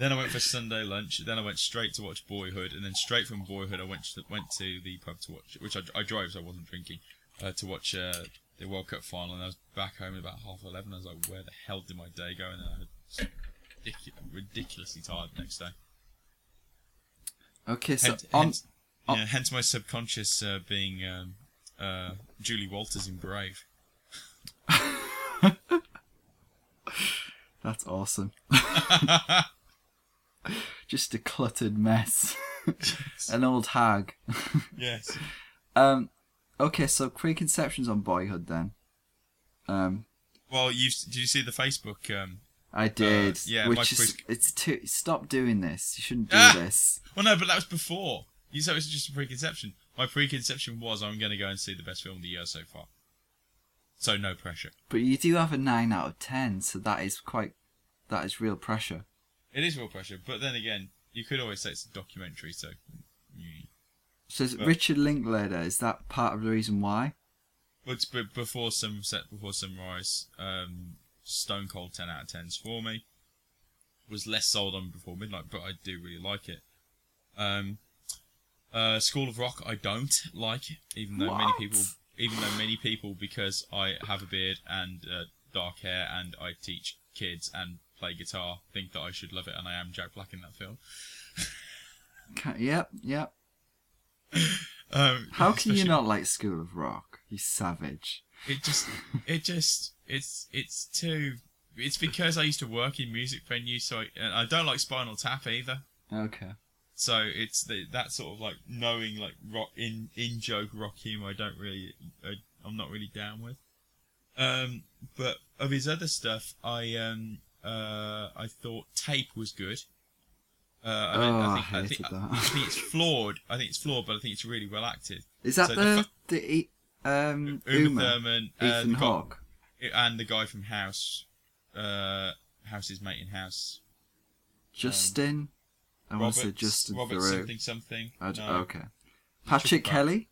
Speaker 2: then I went for Sunday lunch. Then I went straight to watch Boyhood, and then straight from Boyhood I went to, went to the pub to watch, which I, I drove, so I wasn't drinking, uh, to watch uh, the World Cup final. And I was back home at about half eleven. I was like, where the hell did my day go? And then I was ridicu- ridiculously tired the next day.
Speaker 1: okay, so um,
Speaker 2: Hence,
Speaker 1: on
Speaker 2: hence, yeah, hence my subconscious uh, being um, uh, Julie Walters in Brave.
Speaker 1: [laughs] That's
Speaker 2: [laughs]
Speaker 1: awesome. Just a cluttered mess. An old hag.
Speaker 2: Yes.
Speaker 1: Um, okay, so preconceptions on Boyhood then. Um,
Speaker 2: Well, you do you see the Facebook? Um,
Speaker 1: I did.
Speaker 2: yeah, my
Speaker 1: which is
Speaker 2: pre-
Speaker 1: it's too. Stop doing this. You shouldn't do
Speaker 2: Ah!
Speaker 1: this.
Speaker 2: well, no, but that was before. You said it was just a preconception. My preconception was I'm going to go and see the best film of the year so far. So no pressure.
Speaker 1: But you do have a nine out of ten, so that is quite. That is real pressure.
Speaker 2: It is real pressure, but then again, you could always say it's a documentary. So mm.
Speaker 1: So is
Speaker 2: But-
Speaker 1: Richard Linklater is that part of the reason why?
Speaker 2: But, but before sunset, before sunrise, um, Stone Cold ten out of tens for me. Was less sold on before midnight, but I do really like it. Um, uh, School of Rock, I don't like, even though many
Speaker 1: What?
Speaker 2: people, even though many people, because I have a beard and uh, dark hair and I teach kids and play guitar, think that I should love it, and I am Jack Black in that film.
Speaker 1: Can, yep, yep.
Speaker 2: Um,
Speaker 1: How
Speaker 2: [laughs]
Speaker 1: can you
Speaker 2: especially-
Speaker 1: not like School of Rock? You savage.
Speaker 2: it just it just it's it's too it's because I used to work in music venues, so I, and I don't like Spinal Tap either.
Speaker 1: Okay.
Speaker 2: So it's the, that sort of like knowing like rock in in joke rock humor. I don't really I, I'm not really down with. Um, but of his other stuff, I um uh I thought Tape was good. Uh, I, mean,
Speaker 1: Oh,
Speaker 2: I
Speaker 1: I
Speaker 2: think I,
Speaker 1: hated
Speaker 2: think,
Speaker 1: that.
Speaker 2: I think it's flawed. I think it's flawed, but I think it's really well acted.
Speaker 1: Is that
Speaker 2: So the
Speaker 1: the
Speaker 2: fu-
Speaker 1: the, e um
Speaker 2: Uma
Speaker 1: Uma,
Speaker 2: Thurman, uh,
Speaker 1: Ethan
Speaker 2: the cop-
Speaker 1: Hawke?
Speaker 2: and the guy from House, uh, House's mate in House.
Speaker 1: Justin? I want to say
Speaker 2: Roberts-
Speaker 1: Justin
Speaker 2: Robert
Speaker 1: Theroux.
Speaker 2: something something.
Speaker 1: I d-
Speaker 2: no,
Speaker 1: Okay. Patrick
Speaker 2: Bell.
Speaker 1: Kelly?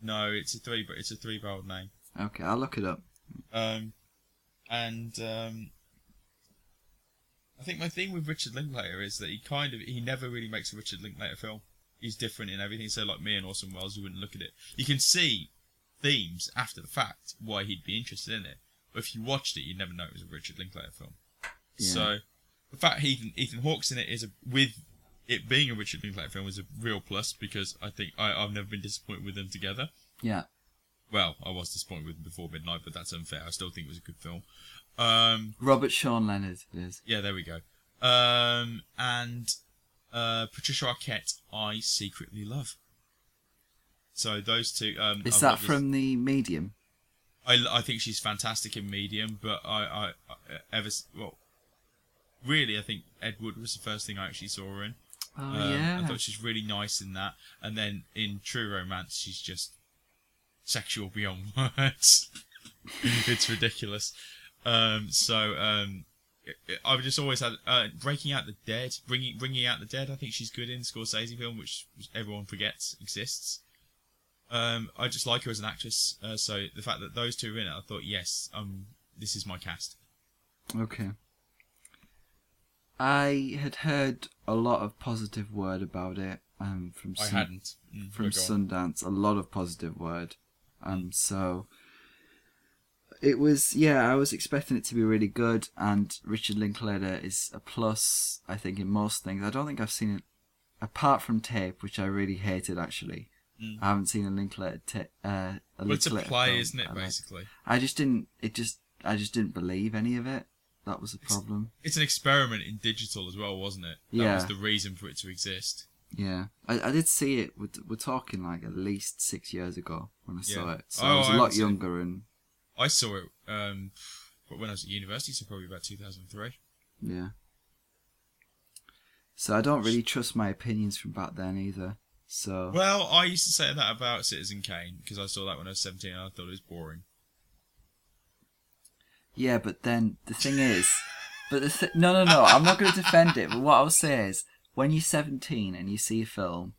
Speaker 2: no, it's a three, but it's a three-year-old name.
Speaker 1: Okay, I'll look it up.
Speaker 2: Um, and um, I think my thing with Richard Linklater is that he kind of he never really makes a Richard Linklater film. He's different in everything. So like me and Orson Welles, you wouldn't look at it. You can see themes after the fact why he'd be interested in it, but if you watched it, you'd never know it was a Richard Linklater film.
Speaker 1: Yeah.
Speaker 2: So the fact Ethan Ethan Hawke's in it is a with it being a Richard Linklater film is a real plus because I think I, I've never been disappointed with them together.
Speaker 1: Yeah.
Speaker 2: Well, I was disappointed with Before Midnight, but that's unfair. I still think it was a good film. Um,
Speaker 1: Robert Sean Leonard it is.
Speaker 2: yeah, there we go. Um, and uh, Patricia Arquette, I secretly love. So those two. Um,
Speaker 1: Is
Speaker 2: I've
Speaker 1: that
Speaker 2: loved this-
Speaker 1: from the medium?
Speaker 2: I, I think she's fantastic in Medium, but I, I, I ever s- well, really, I think Ed Wood was the first thing I actually saw her in.
Speaker 1: Oh
Speaker 2: Um,
Speaker 1: yeah.
Speaker 2: I thought she's really nice in that. And then in True Romance, she's just sexual beyond [laughs] words. it's ridiculous. Um, so um, it- it- I've just always had uh, Breaking Out the Dead, bringing bringing out the dead. I think she's good in Scorsese film, which everyone forgets exists. Um, I just like her as an actress. Uh, so the fact that those two are in it, I thought, yes, um, this is my cast.
Speaker 1: Okay. I had heard a lot of positive word about it um, from
Speaker 2: I
Speaker 1: some-
Speaker 2: hadn't Mm,
Speaker 1: from
Speaker 2: but go on.
Speaker 1: Sundance, a lot of positive word. Um, so it was, yeah, I was expecting it to be really good. And Richard Linklater is a plus, I think, in most things. I don't think I've seen it apart from Tape, which I really hated actually. I haven't seen a Linklater. Ta- uh, a
Speaker 2: Hmm. Well, it's a
Speaker 1: Linklater
Speaker 2: play,
Speaker 1: film
Speaker 2: isn't
Speaker 1: I
Speaker 2: it?
Speaker 1: liked.
Speaker 2: Basically,
Speaker 1: I just didn't. It just. I just didn't believe any of it. That was the problem.
Speaker 2: it's an experiment in digital as well, wasn't it? That
Speaker 1: Yeah.
Speaker 2: was the reason for it to exist.
Speaker 1: Yeah, I, I did see it. We're, we're talking like at least six years ago when I saw
Speaker 2: Yeah.
Speaker 1: it. So
Speaker 2: Oh,
Speaker 1: I was a
Speaker 2: I haven't
Speaker 1: lot
Speaker 2: seen it.
Speaker 1: younger and
Speaker 2: I saw it um, but when I was at university, so probably about 2003.
Speaker 1: yeah. So I don't really trust my opinions from back then either. So
Speaker 2: Well, I used to say that about Citizen Kane because I saw that when I was 17 and I thought it was boring.
Speaker 1: yeah, but then the thing is, but the th- no, no, no. I'm not going to defend it. But what I'll say is, when you're 17 and you see a film,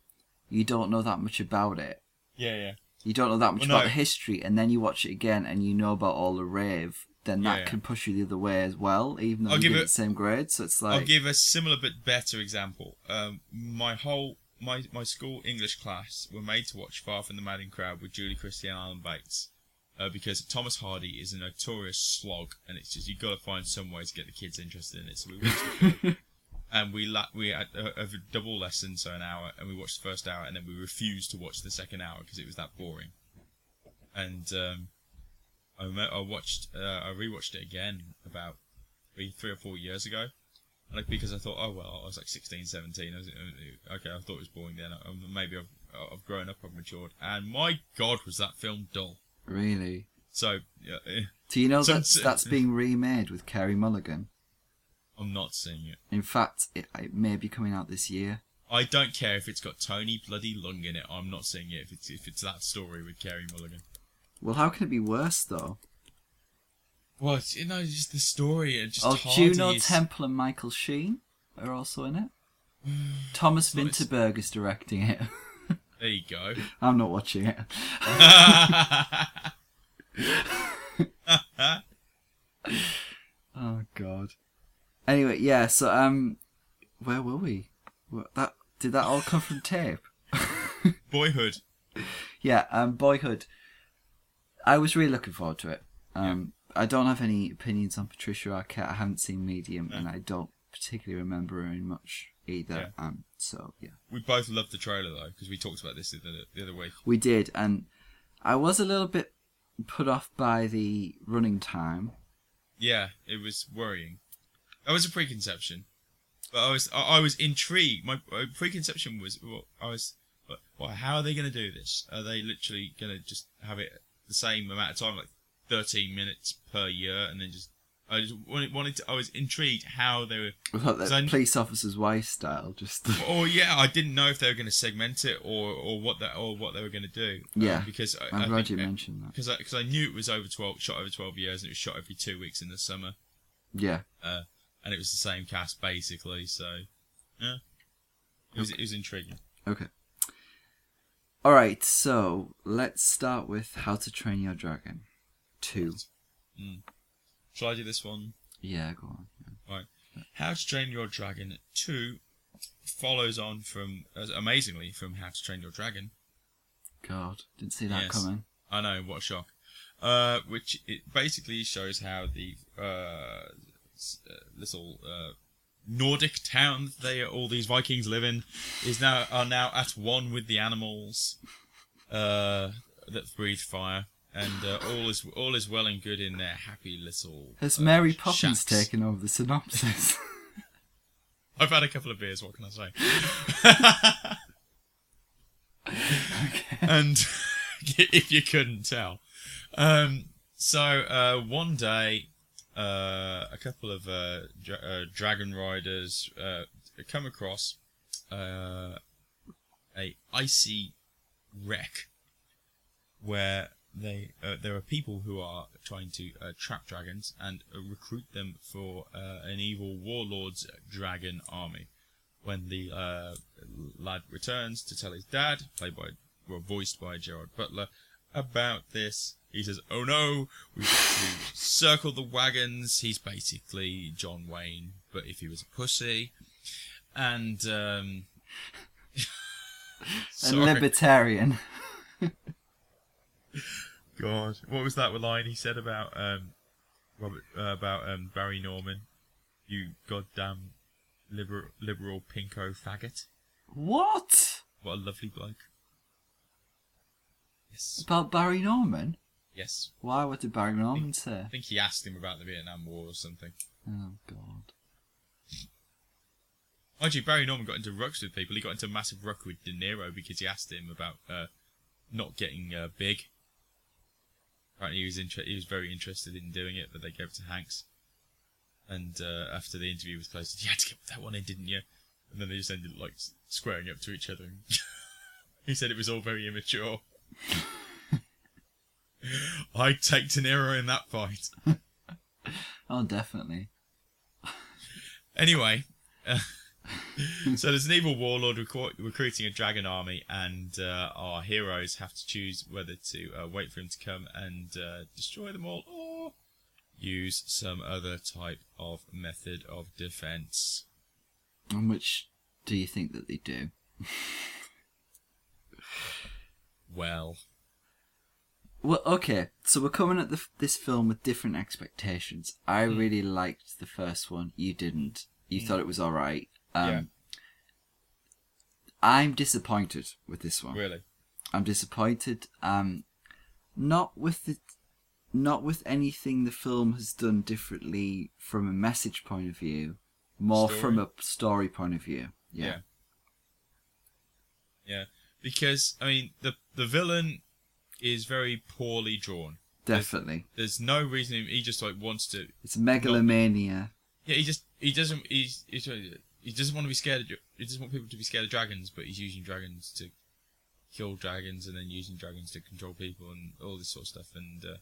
Speaker 1: you don't know that much about it.
Speaker 2: Yeah, yeah.
Speaker 1: you don't know that much
Speaker 2: Well,
Speaker 1: about
Speaker 2: no.
Speaker 1: the history, and then you watch it again and you know about all the rave, then that
Speaker 2: Yeah.
Speaker 1: can push you the other way as well, even though
Speaker 2: I'll
Speaker 1: you
Speaker 2: give
Speaker 1: get
Speaker 2: it-
Speaker 1: the same grade. So it's
Speaker 2: I'll
Speaker 1: like,
Speaker 2: give a similar but better example. Um, my whole my, my school English class were made to watch Far from the Madding Crowd with Julie Christie and Alan Bates uh, because Thomas Hardy is a notorious slog, and it's just you've got to find some way to get the kids interested in it. So we went to and we la- we had a, a double lesson, so an hour, and we watched the first hour, and then we refused to watch the second hour because it was that boring. And um, I remember I watched uh, I rewatched it again about three, three or four years ago, like because I thought, oh well, I was like 16, 17. I was, uh, okay, I thought it was boring then. Uh, maybe I've I've grown up, I've matured, and my God, was that film dull.
Speaker 1: really?
Speaker 2: So yeah, eh,
Speaker 1: Do you know
Speaker 2: Some-
Speaker 1: that's, that's being remade with Kerry Mulligan?
Speaker 2: I'm not seeing it.
Speaker 1: In fact, it, it may be coming out this year.
Speaker 2: I don't care if it's got Tony bloody Lung in it. I'm not seeing it if it's if it's that story with Kerry Mulligan.
Speaker 1: Well, how can it be worse, though?
Speaker 2: Well, it's, you know, it's just the story and just
Speaker 1: Oh,
Speaker 2: Hardy
Speaker 1: Juno
Speaker 2: is-
Speaker 1: Temple and Michael Sheen are also in it. [sighs] Thomas
Speaker 2: not- it's-
Speaker 1: Vinterberg is directing it. [laughs]
Speaker 2: There you go. [laughs]
Speaker 1: I'm not watching it. oh god. Anyway, yeah. So um, where were we? What, that did that all come from tape?
Speaker 2: Boyhood.
Speaker 1: Yeah. Um, Boyhood. I was really looking forward to it. Um, I don't have any opinions on Patricia Arquette. I haven't seen Medium, and I don't particularly remember her in much either. Um, so yeah.
Speaker 2: We both loved the trailer though because we talked about this the other, the other week.
Speaker 1: We did, and I was a little bit put off by the running time. [laughs]
Speaker 2: Yeah, it was worrying. That was a preconception, but I was I, I was intrigued. My, my preconception was well, I was well, well, how are they going to do this? Are they literally going to just have it the same amount of time, like thirteen minutes per year, and then just I just wanted, wanted to, I was intrigued how they were
Speaker 1: I thought that
Speaker 2: So I-
Speaker 1: police officer's wife style,
Speaker 2: [laughs]
Speaker 1: just [laughs]
Speaker 2: Or yeah, I didn't know if they were going to segment it or or what that or what they were going to do. Um,
Speaker 1: Yeah.
Speaker 2: because I,
Speaker 1: I'm
Speaker 2: I
Speaker 1: glad
Speaker 2: think
Speaker 1: you mentioned that.
Speaker 2: because I, 'cause I knew it was over twelve, shot over twelve years, and it was shot every two weeks in the summer,
Speaker 1: Yeah,
Speaker 2: uh, and it was the same cast basically. So yeah, it was it was intriguing.
Speaker 1: okay. All right, so let's start with How to Train Your Dragon 2.
Speaker 2: Shall I do this one?
Speaker 1: Yeah, go on.
Speaker 2: Right. How to Train Your Dragon 2 follows on from, uh, amazingly, from How to Train Your Dragon.
Speaker 1: God, didn't see that
Speaker 2: Yes.
Speaker 1: coming.
Speaker 2: I know, what a shock. Uh, which it basically shows how the uh, s- uh, little uh, Nordic town that they all these Vikings live in is now are now at one with the animals uh, that breathe fire, and uh, all is all is well and good in their happy little.
Speaker 1: Has
Speaker 2: uh,
Speaker 1: Mary Poppins
Speaker 2: shacks.
Speaker 1: taken over the
Speaker 2: [laughs]
Speaker 1: synopsis? [laughs]
Speaker 2: I've had a couple of beers. What can I say? And [laughs] if you couldn't tell, um, so uh, one day, uh, a couple of uh, dra- uh, dragon riders uh, come across uh, a icy wreck where they uh, there are people who are trying to uh, trap dragons and uh, recruit them for uh, an evil warlord's dragon army. When the uh, lad returns to tell his dad, played by well, voiced by Gerard Butler, about this. He says, "Oh no, we've got to circle the wagons." He's basically John Wayne, but if he was a pussy, and um, [laughs]
Speaker 1: And libertarian.
Speaker 2: God, what was that line he said about um, Robert uh, about um, Barry Norman? You goddamn liberal, liberal pinko faggot!
Speaker 1: What?
Speaker 2: What a lovely bloke. Yes,
Speaker 1: About Barry Norman?
Speaker 2: yes.
Speaker 1: Why? What did Barry Norman say?
Speaker 2: I think he asked him about the Vietnam War or something.
Speaker 1: Oh, God.
Speaker 2: Mind you, Barry Norman got into rucks with people. He got into a massive ruck with De Niro because he asked him about uh, not getting uh, big. Apparently, he was inter- he was very interested in doing it, but they gave it to Hanks. And uh, after the interview was closed, you had to get that one in, didn't you? And then they just ended like s- squaring up to each other. [laughs] And he said it was all very immature. [laughs] I'd take De Niro in that fight.
Speaker 1: Oh, definitely.
Speaker 2: Anyway, uh, [laughs] so there's an evil warlord recru- recruiting a dragon army, and uh, our heroes have to choose whether to uh, wait for him to come and uh, destroy them all, or use some other type of method of defense.
Speaker 1: And which do you think that they do?
Speaker 2: Well,
Speaker 1: Well, okay. So we're coming at the, f- this film with different expectations. I
Speaker 2: Hmm.
Speaker 1: really liked the first one. You didn't. You thought it was all right. Um,
Speaker 2: Yeah.
Speaker 1: I'm disappointed with this one.
Speaker 2: really,
Speaker 1: I'm disappointed. Um, not with the, not with anything the film has done differently from a message point of view, more
Speaker 2: Story.
Speaker 1: from a story point of view. Yeah.
Speaker 2: yeah, yeah, because I mean the the villain is very poorly drawn.
Speaker 1: definitely.
Speaker 2: There's no reason he just like wants to
Speaker 1: It's megalomania.
Speaker 2: Yeah, he just he doesn't he's, he's he doesn't want to be scared of dra- he doesn't want people to be scared of dragons, but he's using dragons to kill dragons and then using dragons to control people and all this sort of stuff. And uh,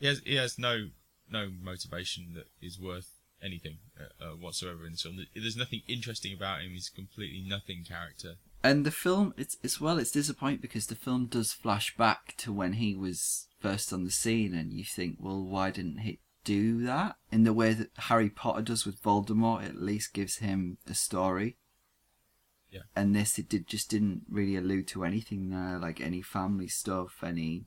Speaker 2: he has he has no no motivation that is worth anything uh, uh, whatsoever in this film. There- There's nothing interesting about him. He's a completely nothing character.
Speaker 1: And the film, it's as well, it's disappointing because the film does flash back to when he was first on the scene, and you think, well, why didn't he do that in the way that Harry Potter does with Voldemort? It at least gives him a story.
Speaker 2: Yeah.
Speaker 1: And this, it did just didn't really allude to anything there, like any family stuff, any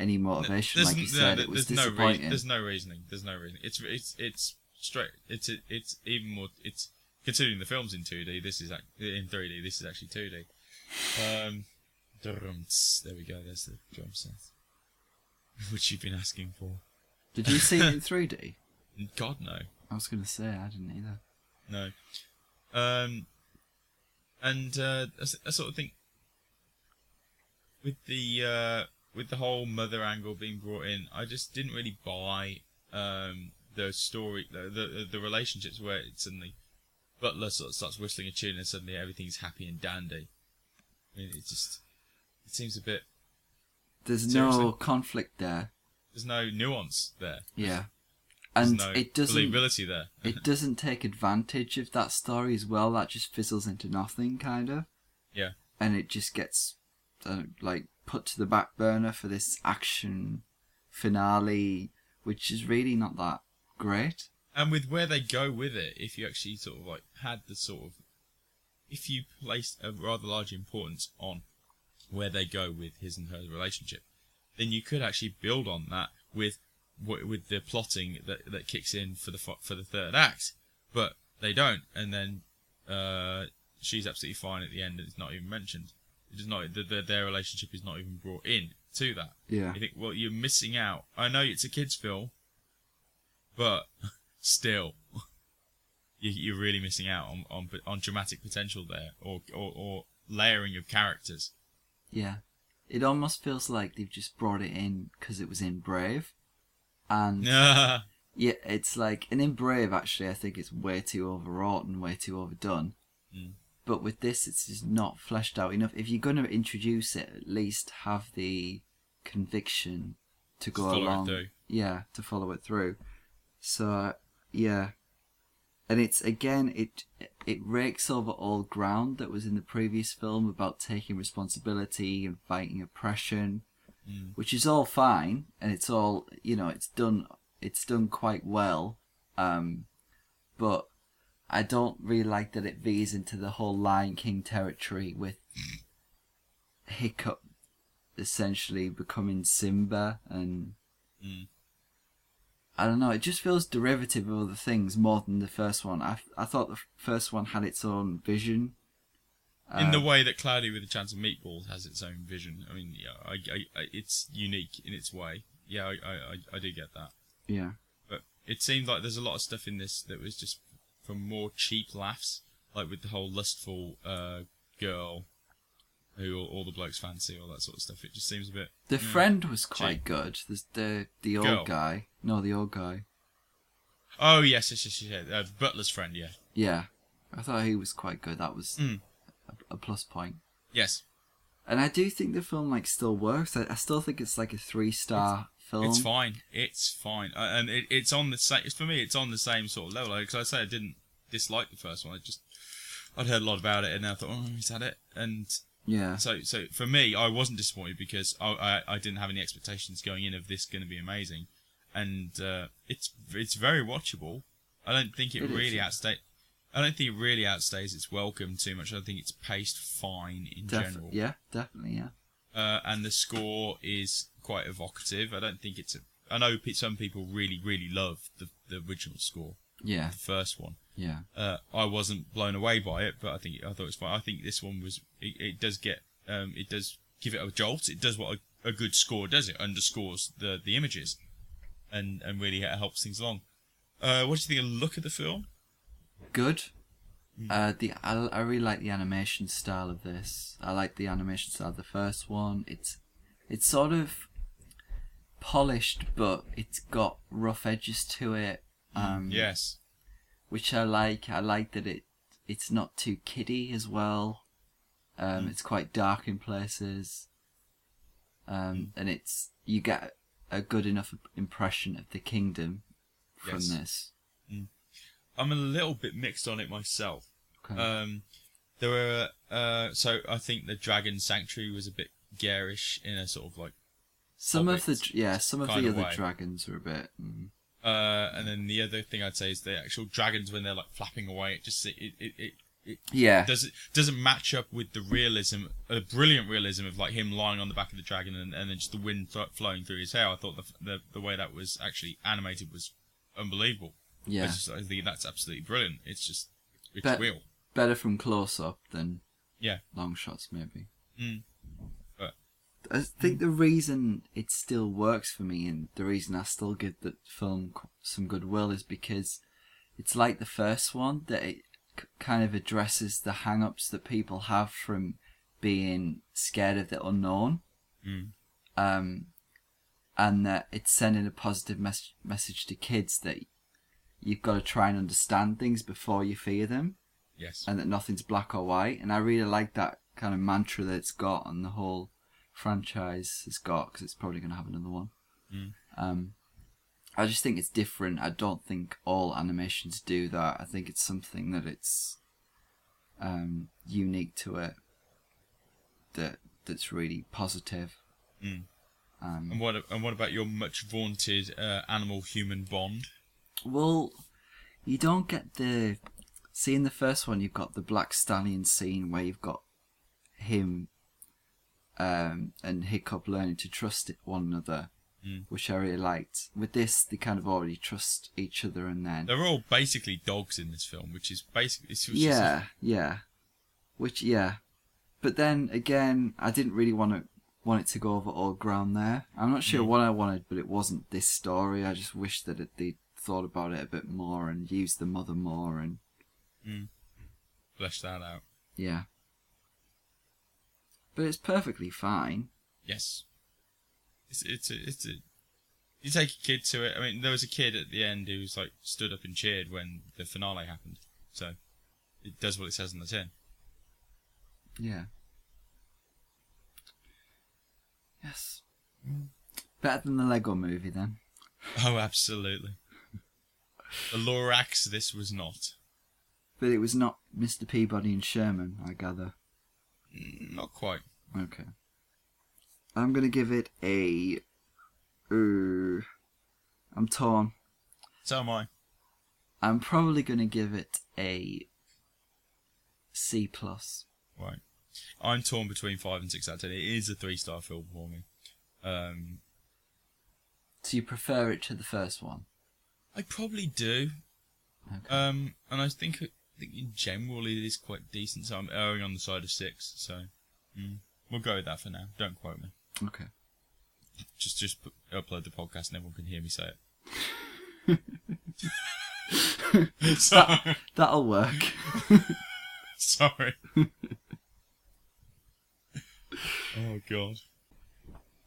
Speaker 1: any motivation.
Speaker 2: There's
Speaker 1: like you
Speaker 2: n-
Speaker 1: said,
Speaker 2: no,
Speaker 1: it was
Speaker 2: there's no
Speaker 1: disappointing.
Speaker 2: reason. There's no reasoning. There's no reason. It's it's it's straight. It's it's even more. It's considering the film's in 2D. This is ac- in 3D. This is actually 2D. Um, drums. There we go. There's the drum set, [laughs] which you've been asking for.
Speaker 1: Did you see
Speaker 2: [laughs]
Speaker 1: it in 3D?
Speaker 2: God no,
Speaker 1: I was going to say I didn't either.
Speaker 2: no. Um, and uh, I, s- I sort of think with the uh, with the whole mother angle being brought in, I just didn't really buy um, the story, the, the the relationships where it suddenly Butler sort of starts whistling a tune and suddenly everything's happy and dandy. I mean, it just it seems a bit
Speaker 1: There's no
Speaker 2: Seriously?
Speaker 1: conflict there.
Speaker 2: there's no nuance there,
Speaker 1: Yeah.
Speaker 2: there's
Speaker 1: And
Speaker 2: no
Speaker 1: it doesn't
Speaker 2: believability there.
Speaker 1: it doesn't take advantage of that story as well. That just fizzles into nothing, kind of,
Speaker 2: yeah,
Speaker 1: and it just gets uh, like put to the back burner for this action finale, which is really not that great.
Speaker 2: and with where they go with it, if you actually sort of like had the sort of, if you placed a rather large importance on where they go with his and her relationship, then you could actually build on that with wi- with the plotting that that kicks in for the fi- for the third act, but they don't, and then uh, she's absolutely fine at the end, and it's not even mentioned. It's not the, the, their relationship is not even brought in to that.
Speaker 1: Yeah.
Speaker 2: You think, well, you're missing out. I know it's a kids' film, but [laughs] still, [laughs] you, you're really missing out on, on on dramatic potential there, or or, or layering of characters. [laughs]
Speaker 1: Yeah, it almost feels like they've just brought it in because it was in Brave, and yeah, it's like and in Brave actually, I think it's way too overwrought and way too overdone.
Speaker 2: Mm.
Speaker 1: But with this, it's just not fleshed out enough. If you're going to introduce it, at least have the conviction to go
Speaker 2: follow it
Speaker 1: along.
Speaker 2: through.
Speaker 1: Yeah, to follow it through. So yeah, and it's again it it rakes over all ground that was in the previous film about taking responsibility and fighting oppression, which is all fine and it's all you know it's done it's done quite well, um, but I don't really like that it veers into the whole Lion King territory with Hiccup essentially becoming Simba and
Speaker 2: Mm.
Speaker 1: I don't know. It just feels derivative of other things more than the first one. I I thought the f- first one had its own vision.
Speaker 2: in
Speaker 1: Uh,
Speaker 2: the way that Cloudy with a Chance of Meatballs has its own vision. I mean, yeah, I, I, I, it's unique in its way. Yeah, I, I, I, I do get that.
Speaker 1: Yeah.
Speaker 2: But it seemed like there's a lot of stuff in this that was just for more cheap laughs, like with the whole lustful uh, girl who all, all the blokes fancy, all that sort of stuff. It just seems a bit.
Speaker 1: The
Speaker 2: mm.
Speaker 1: friend was quite good. The the the old
Speaker 2: Girl.
Speaker 1: guy. No, the old guy.
Speaker 2: Oh, yes, yes, yes, yes. yes. Uh, Butler's friend, yeah.
Speaker 1: Yeah. I thought he was quite good. That was
Speaker 2: Mm.
Speaker 1: a, a plus point.
Speaker 2: Yes,
Speaker 1: And I do think the film like still works. I, I still think it's like a three star film.
Speaker 2: It's fine. It's fine, uh, and it, it's on the same. For me, it's on the same sort of level. Because I say I didn't dislike the first one. I just I'd heard a lot about it, and I thought, oh, is that it? And
Speaker 1: Yeah.
Speaker 2: so, so for me, I wasn't disappointed because I I, I didn't have any expectations going in of this going to be amazing, and uh, it's it's very watchable. I don't think it,
Speaker 1: It is,
Speaker 2: really
Speaker 1: yeah.
Speaker 2: outstays. I don't think it really outstays its welcome too much. I think it's paced fine in
Speaker 1: Def-
Speaker 2: general
Speaker 1: yeah. Definitely. Yeah.
Speaker 2: uh, and the score is quite evocative. I don't think it's. A, I know pe- some people really, really love the, the original score,
Speaker 1: Yeah.
Speaker 2: the first one.
Speaker 1: Yeah.
Speaker 2: Uh, I wasn't blown away by it, but I think I thought it's fine. I think this one was. It, it does get. Um, it does give it a jolt. It does what a, a good score does. It underscores the the images, and and really helps things along. Uh, what do you think of the look of the film?
Speaker 1: good.
Speaker 2: Hmm.
Speaker 1: Uh, the I, I really like the animation style of this. I like the animation style of the first one. It's it's sort of polished, but it's got rough edges to it.
Speaker 2: Hmm.
Speaker 1: Um,
Speaker 2: Yes.
Speaker 1: which I like. I like that it it's not too kiddie as well. Um, It's quite dark in places, um, and it's you get a good enough impression of the kingdom from
Speaker 2: Yes.
Speaker 1: this.
Speaker 2: I'm a little bit mixed on it myself.
Speaker 1: Okay.
Speaker 2: Um, there were uh, so I think the Dragon Sanctuary was a bit garish in a sort of like,
Speaker 1: Some of the
Speaker 2: Hobbits
Speaker 1: yeah, some of
Speaker 2: kind
Speaker 1: the
Speaker 2: of
Speaker 1: other
Speaker 2: way.
Speaker 1: dragons are a bit. Mm,
Speaker 2: uh, and then the other thing I'd say is the actual dragons when they're like flapping away, it just it it, it, it
Speaker 1: yeah,
Speaker 2: doesn't doesn't match up with the realism, the brilliant realism of like him lying on the back of the dragon and, and then just the wind fl- flowing through his hair. I thought the, the the way that was actually animated was unbelievable. I,
Speaker 1: yeah,
Speaker 2: just, I think that's absolutely brilliant. It's just it's
Speaker 1: But-
Speaker 2: real.
Speaker 1: better from close up than
Speaker 2: Yeah.
Speaker 1: long shots maybe.
Speaker 2: Mm. But-
Speaker 1: I think the reason it still works for me, and the reason I still give the film qu- some goodwill, is because it's like the first one that it k- kind of addresses the hang-ups that people have from being scared of the unknown.
Speaker 2: Mm.
Speaker 1: um, and that it's sending a positive mes- message to kids that you've got to try and understand things before you fear them,
Speaker 2: Yes.
Speaker 1: and that nothing's black or white. And I really like that kind of mantra that it's got, and the whole franchise has got, because it's probably going to have another one.
Speaker 2: Mm.
Speaker 1: Um, I just think it's different. I don't think all animations do that. I think it's something that it's um, unique to it. That that's really positive.
Speaker 2: Mm.
Speaker 1: Um,
Speaker 2: And what and what about your much vaunted uh, animal human bond?
Speaker 1: Well, you don't get the. See, in the first one, you've got the Black Stallion scene where you've got him um, and Hiccup learning to trust it- one another,
Speaker 2: Mm.
Speaker 1: which I really liked. With this, they kind of already trust each other, and then.
Speaker 2: They're all basically dogs in this film, which is basically it's, it's
Speaker 1: yeah, yeah. Which, yeah. But then again, I didn't really want to want it to go over all ground there. I'm not sure what I wanted, but it wasn't this story. I just wish that it, they thought about it a bit more and used the mother more and
Speaker 2: Just flesh that out.
Speaker 1: Yeah. But it's perfectly fine.
Speaker 2: Yes, it's it's a, it's a. You take a kid to it. I mean, there was a kid at the end who was like stood up and cheered when the finale happened. So it does what it says on the tin. [laughs]
Speaker 1: Yeah. Yes. Better than the Lego movie then.
Speaker 2: Oh, absolutely. The Lorax, this was not.
Speaker 1: But it was not Mr. Peabody and Sherman, I gather.
Speaker 2: Not quite.
Speaker 1: Okay. I'm gonna give it a. Uh, I'm torn.
Speaker 2: So am I.
Speaker 1: I'm probably gonna give it a C plus.
Speaker 2: Right. I'm torn between five and six out of ten. It is a three star film for me. Um,
Speaker 1: So you prefer it to the first one?
Speaker 2: I probably do.
Speaker 1: Okay.
Speaker 2: Um, and I think I think in general it is quite decent. So I'm erring on the side of six. So mm, we'll go with that for now. Don't quote me.
Speaker 1: Okay.
Speaker 2: Just just put, upload the podcast and everyone can hear me say
Speaker 1: [laughs]
Speaker 2: it. [laughs] so,
Speaker 1: That'll work.
Speaker 2: sorry. [laughs] oh god.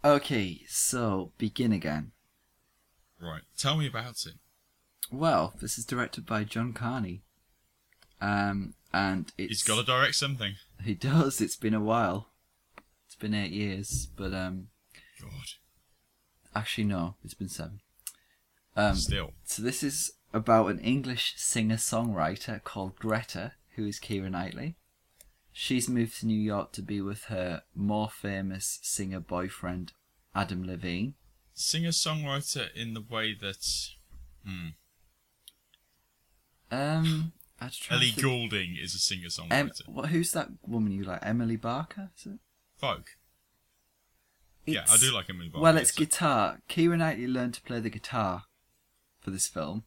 Speaker 1: Okay, so begin again.
Speaker 2: Right. Tell me about it.
Speaker 1: Well, this is directed by John Carney. Um, and it's
Speaker 2: He's got to direct something.
Speaker 1: He does. It's been a while. It's been eight years, but um,
Speaker 2: God.
Speaker 1: actually no, it's been seven. Um,
Speaker 2: Still.
Speaker 1: so this is about an English singer-songwriter called Greta, who is Keira Knightley. She's moved to New York to be with her more famous singer boyfriend, Adam Levine.
Speaker 2: Singer songwriter in the way that hmm,
Speaker 1: Um, I just trying to
Speaker 2: Ellie
Speaker 1: think-
Speaker 2: Goulding is a singer
Speaker 1: Em-
Speaker 2: songwriter.
Speaker 1: what, who's that woman you like? Emily Barker? Is it?
Speaker 2: Folk. Yeah, I
Speaker 1: It's-
Speaker 2: do like Emily Barker.
Speaker 1: Well, it's
Speaker 2: so-
Speaker 1: guitar. Keira Knightley learned to play the guitar for this film.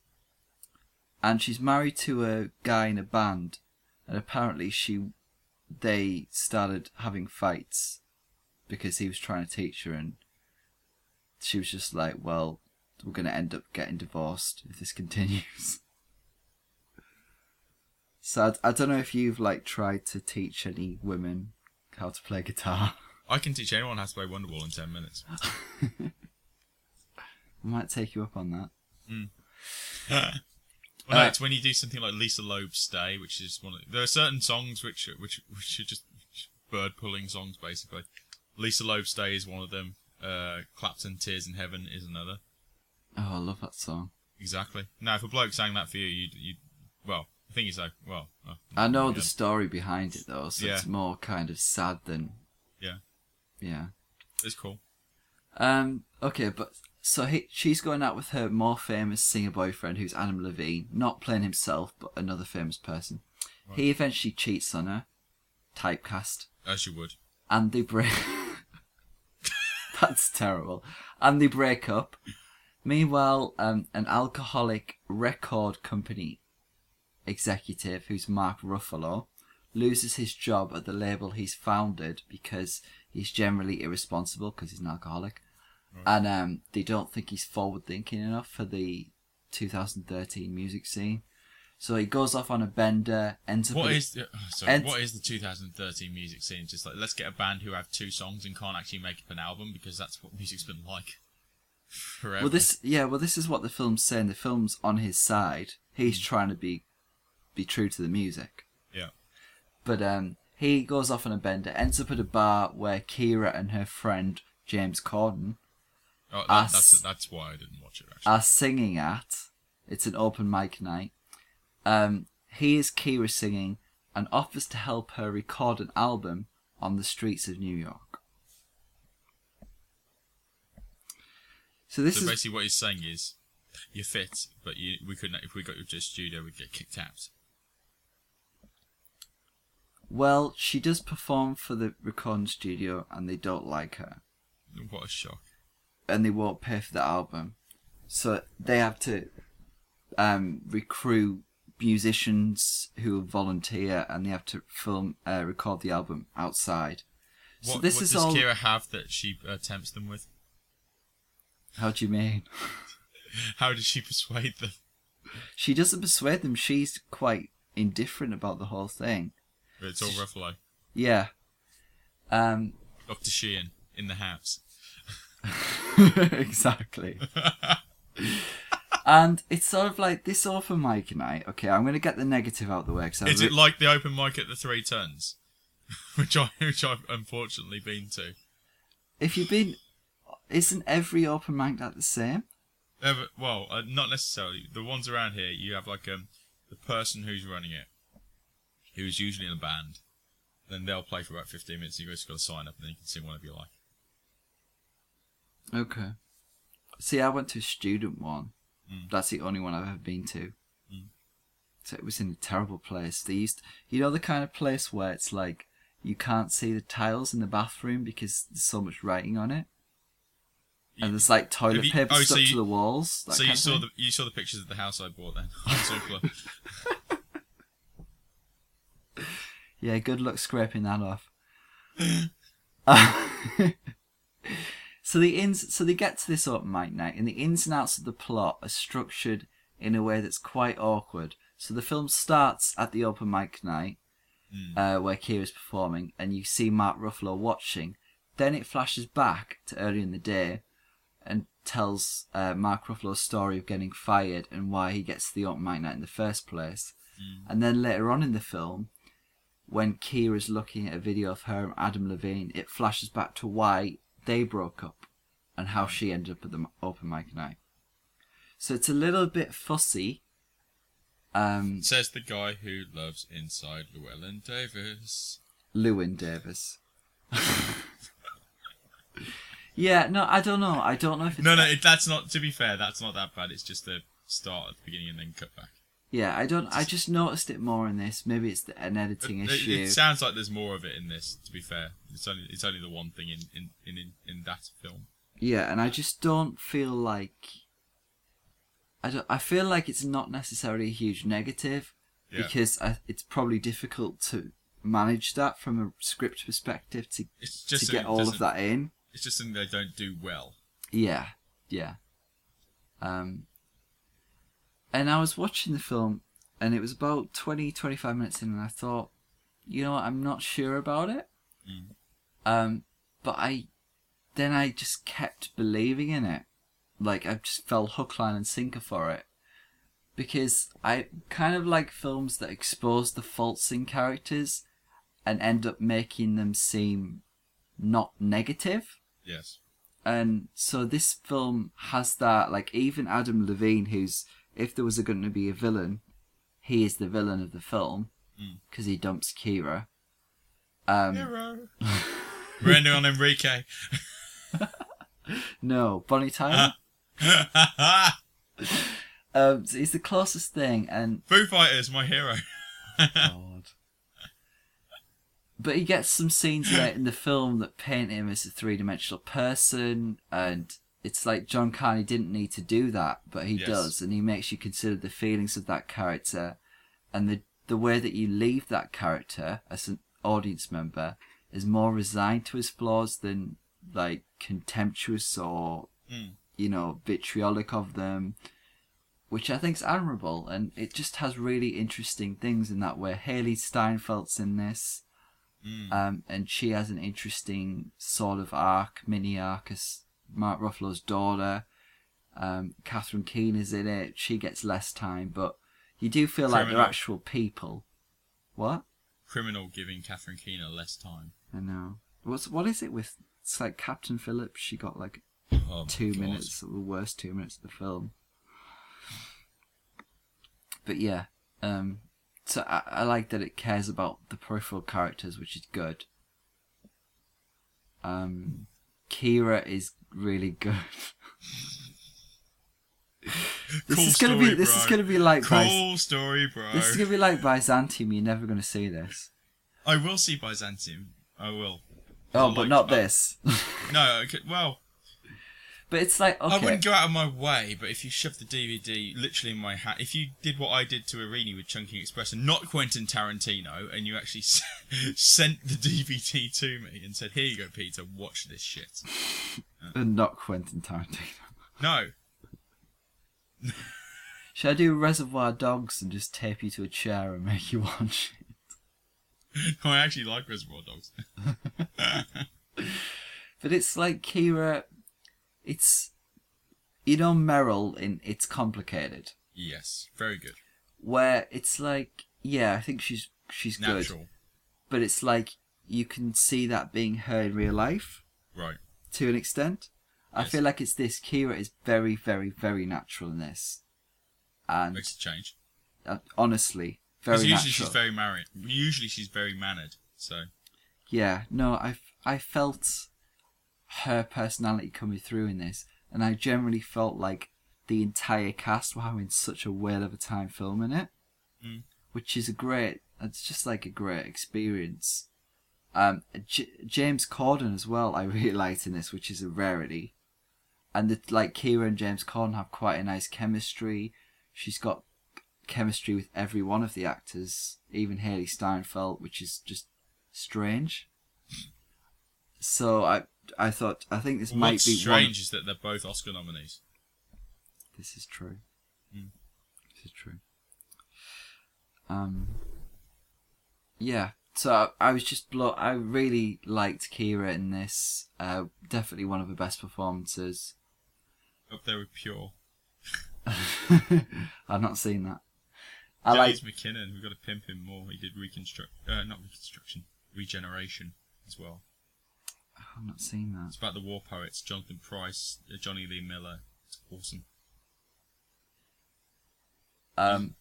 Speaker 1: And she's married to a guy in a band. And apparently she they started having fights because he was trying to teach her and she was just like, Well, we're gonna end up getting divorced if this [laughs] continues. So I, I don't know if you've like tried to teach any women how to play guitar. [laughs]
Speaker 2: I can teach anyone how to play Wonderwall in 10 minutes.
Speaker 1: Uh, I might take you up on that.
Speaker 2: Well, no,
Speaker 1: Uh,
Speaker 2: it's when you do something like Lisa Loeb's Stay, which is one of there are certain songs which are- which which are just bird pulling songs basically. Lisa Loeb's Stay is one of them. Uh, Clapton Tears in Heaven is another.
Speaker 1: Oh, I love that song.
Speaker 2: Exactly. Now, if a bloke sang that for you, you'd, you'd well, the thing is though, well, uh,
Speaker 1: I know
Speaker 2: yeah.
Speaker 1: the story behind it though, so
Speaker 2: Yeah.
Speaker 1: it's more kind of sad than
Speaker 2: Yeah,
Speaker 1: yeah.
Speaker 2: it's cool.
Speaker 1: Um. Okay, but so he, she's going out with her more famous singer boyfriend, who's Adam Levine, not playing himself, but another famous person. He eventually cheats on her, typecast,
Speaker 2: As you would.
Speaker 1: and they break. [laughs] That's terrible. And they break up. Meanwhile, um, an alcoholic record company executive, who's Mark Ruffalo, loses his job at the label he's founded because he's generally irresponsible because he's an alcoholic,
Speaker 2: Mm.
Speaker 1: and um, they don't think he's forward thinking enough for the 2013 music scene. So he goes off on a bender, ends up
Speaker 2: What
Speaker 1: in-
Speaker 2: is the, oh, sorry,
Speaker 1: and-
Speaker 2: what is the 2013 music scene? Just like let's get a band who have two songs and can't actually make up an album because that's what music's been like [laughs] forever.
Speaker 1: Well, this yeah, well, this is what the film's saying. The film's on his side. He's trying to be be true to the music,
Speaker 2: yeah.
Speaker 1: but um, he goes off on a bender, ends up at a bar where Kira and her friend James Corden
Speaker 2: Oh, that,
Speaker 1: Us. Uh,
Speaker 2: that's that's why I didn't watch it actually.
Speaker 1: are singing at. It's an open mic night. Um, hears Kira singing and offers to help her record an album on the streets of New York. So this
Speaker 2: so
Speaker 1: is
Speaker 2: basically, what he's saying is, you're fit, but you, we couldn't. If we got you to a studio, we'd get kicked out.
Speaker 1: Well, she does perform for the recording studio and they don't like her.
Speaker 2: What a shock!
Speaker 1: And they won't pay for the album. So they have to um, recruit musicians who will volunteer and they have to film, uh, record the album outside.
Speaker 2: What,
Speaker 1: so this
Speaker 2: what
Speaker 1: is
Speaker 2: does
Speaker 1: all.
Speaker 2: Kira have that she uh, tempts them with?
Speaker 1: How do you mean?
Speaker 2: How does she [laughs] persuade them?
Speaker 1: She doesn't persuade them. She's quite indifferent about the whole thing.
Speaker 2: It's all Ruffalo,
Speaker 1: Yeah. Um,
Speaker 2: Doctor Sheehan in the house.
Speaker 1: [laughs] exactly. and it's sort of like this open mic night. Okay, I'm going to get the negative out the way. 'cause I
Speaker 2: Is
Speaker 1: re-
Speaker 2: it like the open mic at the Three Turns, [laughs] which I which I've unfortunately been to?
Speaker 1: if you've been, isn't every open mic night the same?
Speaker 2: Yeah, but- well, uh, not necessarily. The ones around here, you have like um the person who's running it, who is usually in a band. Then they'll play for about 15 minutes, and you guys got to sign up, and then you can sing whatever you like.
Speaker 1: Okay. See, I went to a student one.
Speaker 2: Mm.
Speaker 1: That's the only one I've ever been to.
Speaker 2: Hmm.
Speaker 1: So it was in a terrible place. They used, you know, the kind of place where it's like you can't see the tiles in the bathroom because there's so much writing on it, and there's like toilet
Speaker 2: Have you-
Speaker 1: paper
Speaker 2: oh, so
Speaker 1: stuck to
Speaker 2: you-
Speaker 1: the walls. that
Speaker 2: so you
Speaker 1: kind of
Speaker 2: saw
Speaker 1: thing.
Speaker 2: the you saw the pictures of the house I bought then [laughs] on Zoopla.
Speaker 1: Yeah, good luck scraping that off. so the ins, so they get to this open mic night, and the ins and outs of the plot are structured in a way that's quite awkward. So the film starts at the open mic night, uh, where Kira's performing, and you see Mark Ruffalo watching. Then it flashes back to earlier in the day, and tells uh, Mark Ruffalo's story of getting fired and why he gets to the open mic night in the first place. And then later on in the film, when Kira's looking at a video of her and Adam Levine, it flashes back to why they broke up and how she ended up at the m- open mic night. So it's a little bit fussy. Um,
Speaker 2: Says the guy who loves Inside Llewellyn Davis.
Speaker 1: Lewin Davis. [laughs] yeah, no, I don't know. I don't know if it's
Speaker 2: No, no, it, that's not. To be fair, that's not that bad. It's just the start at the beginning and then cut back.
Speaker 1: Yeah, I don't. I just noticed it more in this. Maybe it's the, an editing
Speaker 2: It-
Speaker 1: issue.
Speaker 2: It, sounds like there's more of it in this. To be fair, it's only it's only the one thing in in in, in, in that film.
Speaker 1: Yeah, and I just don't feel like I don't. I feel like it's not necessarily a huge negative
Speaker 2: Yeah.
Speaker 1: because I, it's probably difficult to manage that from a script perspective to
Speaker 2: It's just
Speaker 1: to
Speaker 2: something
Speaker 1: get all of
Speaker 2: doesn't-
Speaker 1: that in.
Speaker 2: It's just something they don't do well.
Speaker 1: Yeah, yeah. Um, and I was watching the film, and it was about 20, 25 minutes in, and I thought, you know what, I'm not sure about it.
Speaker 2: Mm.
Speaker 1: Um, but I, then I just kept believing in it. Like, I just fell hook, line, and sinker for it. Because I kind of like films that expose the faults in characters and end up making them seem not negative
Speaker 2: Yes.
Speaker 1: and so this film has that like even adam levine who's if there was going to be a villain he is the villain of the film
Speaker 2: Mm.
Speaker 1: because he dumps kira um [laughs]
Speaker 2: Hero. We're ending on Enrique. [laughs]
Speaker 1: no bonnie tyler um so he's the closest thing and
Speaker 2: Foo Fighters, my hero.
Speaker 1: god but he gets some scenes there in the film that paint him as a three-dimensional person and it's like john carney didn't need to do that but he
Speaker 2: Yes.
Speaker 1: does and he makes you consider the feelings of that character and the the way that you leave that character as an audience member is more resigned to his flaws than like contemptuous or
Speaker 2: Mm.
Speaker 1: you know vitriolic of them which I think is admirable, and it just has really interesting things in that way. Haley Steinfeld's in this,
Speaker 2: Mm.
Speaker 1: um, and she has an interesting sort of arc, mini arc as Mark Ruffalo's daughter. Um, Catherine Keane is in it; she gets less time, but you do feel like they're
Speaker 2: Criminal.
Speaker 1: actual people. What?
Speaker 2: Criminal giving Catherine Keener less time.
Speaker 1: I know. What's what is it with? It's like Captain Phillips. She got like
Speaker 2: Oh,
Speaker 1: two
Speaker 2: God.
Speaker 1: minutes, the worst two minutes of the film. But yeah, um, so I, I like that it cares about the peripheral characters, which is good. Um, Kira is really good. [laughs] this
Speaker 2: Cool
Speaker 1: is gonna be
Speaker 2: story,
Speaker 1: this
Speaker 2: bro.
Speaker 1: is gonna be like Byz-
Speaker 2: Cool story, bro.
Speaker 1: this is gonna be like Byzantium. You're never gonna see this.
Speaker 2: I will see Byzantium. I will.
Speaker 1: Oh,
Speaker 2: I
Speaker 1: but
Speaker 2: like
Speaker 1: not
Speaker 2: that.
Speaker 1: this. [laughs]
Speaker 2: No, okay, well,
Speaker 1: but it's like okay.
Speaker 2: I wouldn't go out of my way, but if you shoved the DVD literally in my hat, if you did what I did to Irini with Chunking Express and not Quentin Tarantino, and you actually s- [laughs] sent the DVD to me and said, "Here you go, Peter, watch this shit."
Speaker 1: and not Quentin Tarantino.
Speaker 2: No, [laughs]
Speaker 1: Should I do Reservoir Dogs and just tape you to a chair and [laughs] make you watch it?
Speaker 2: I actually like Reservoir Dogs.
Speaker 1: But it's like Kira, it's you know Meryl in It's Complicated,
Speaker 2: Yes, very good,
Speaker 1: where it's like yeah, I think she's she's good,
Speaker 2: natural,
Speaker 1: but it's like you can see that being her in real life
Speaker 2: right?
Speaker 1: to an extent. I
Speaker 2: Yes.
Speaker 1: feel like it's this. Kira is very, very, very natural in this, and
Speaker 2: Makes a change.
Speaker 1: uh, honestly, Very
Speaker 2: usually
Speaker 1: natural.
Speaker 2: she's very married. Usually she's very mannered. So
Speaker 1: yeah, no, I I felt her personality coming through in this, and I generally felt like the entire cast were having such a whale of a time filming it,
Speaker 2: Mm.
Speaker 1: which is a great. It's just like a great experience. Um, J- James Corden as well. I [laughs] really liked in this, which is a rarity, and the, like Kira and James Corden have quite a nice chemistry. She's got chemistry with every one of the actors, even Haley Steinfeld, which is just strange. So I I thought I think this might
Speaker 2: what's
Speaker 1: be
Speaker 2: strange
Speaker 1: One,
Speaker 2: is that they're both Oscar nominees.
Speaker 1: this is true.
Speaker 2: Mm.
Speaker 1: This is true. Um. Yeah. So I was just blow. I really liked Kira in this. Uh, definitely one of her best performances. [laughs]
Speaker 2: Up there with Pure.
Speaker 1: I've not seen that. I like
Speaker 2: James McKinnon. We've got to pimp him more. He did reconstruct, uh, not reconstruction, regeneration as well.
Speaker 1: I've not seen that.
Speaker 2: It's about the war poets, Jonathan Price, uh, Johnny Lee Miller. It's awesome. [sighs]
Speaker 1: Um,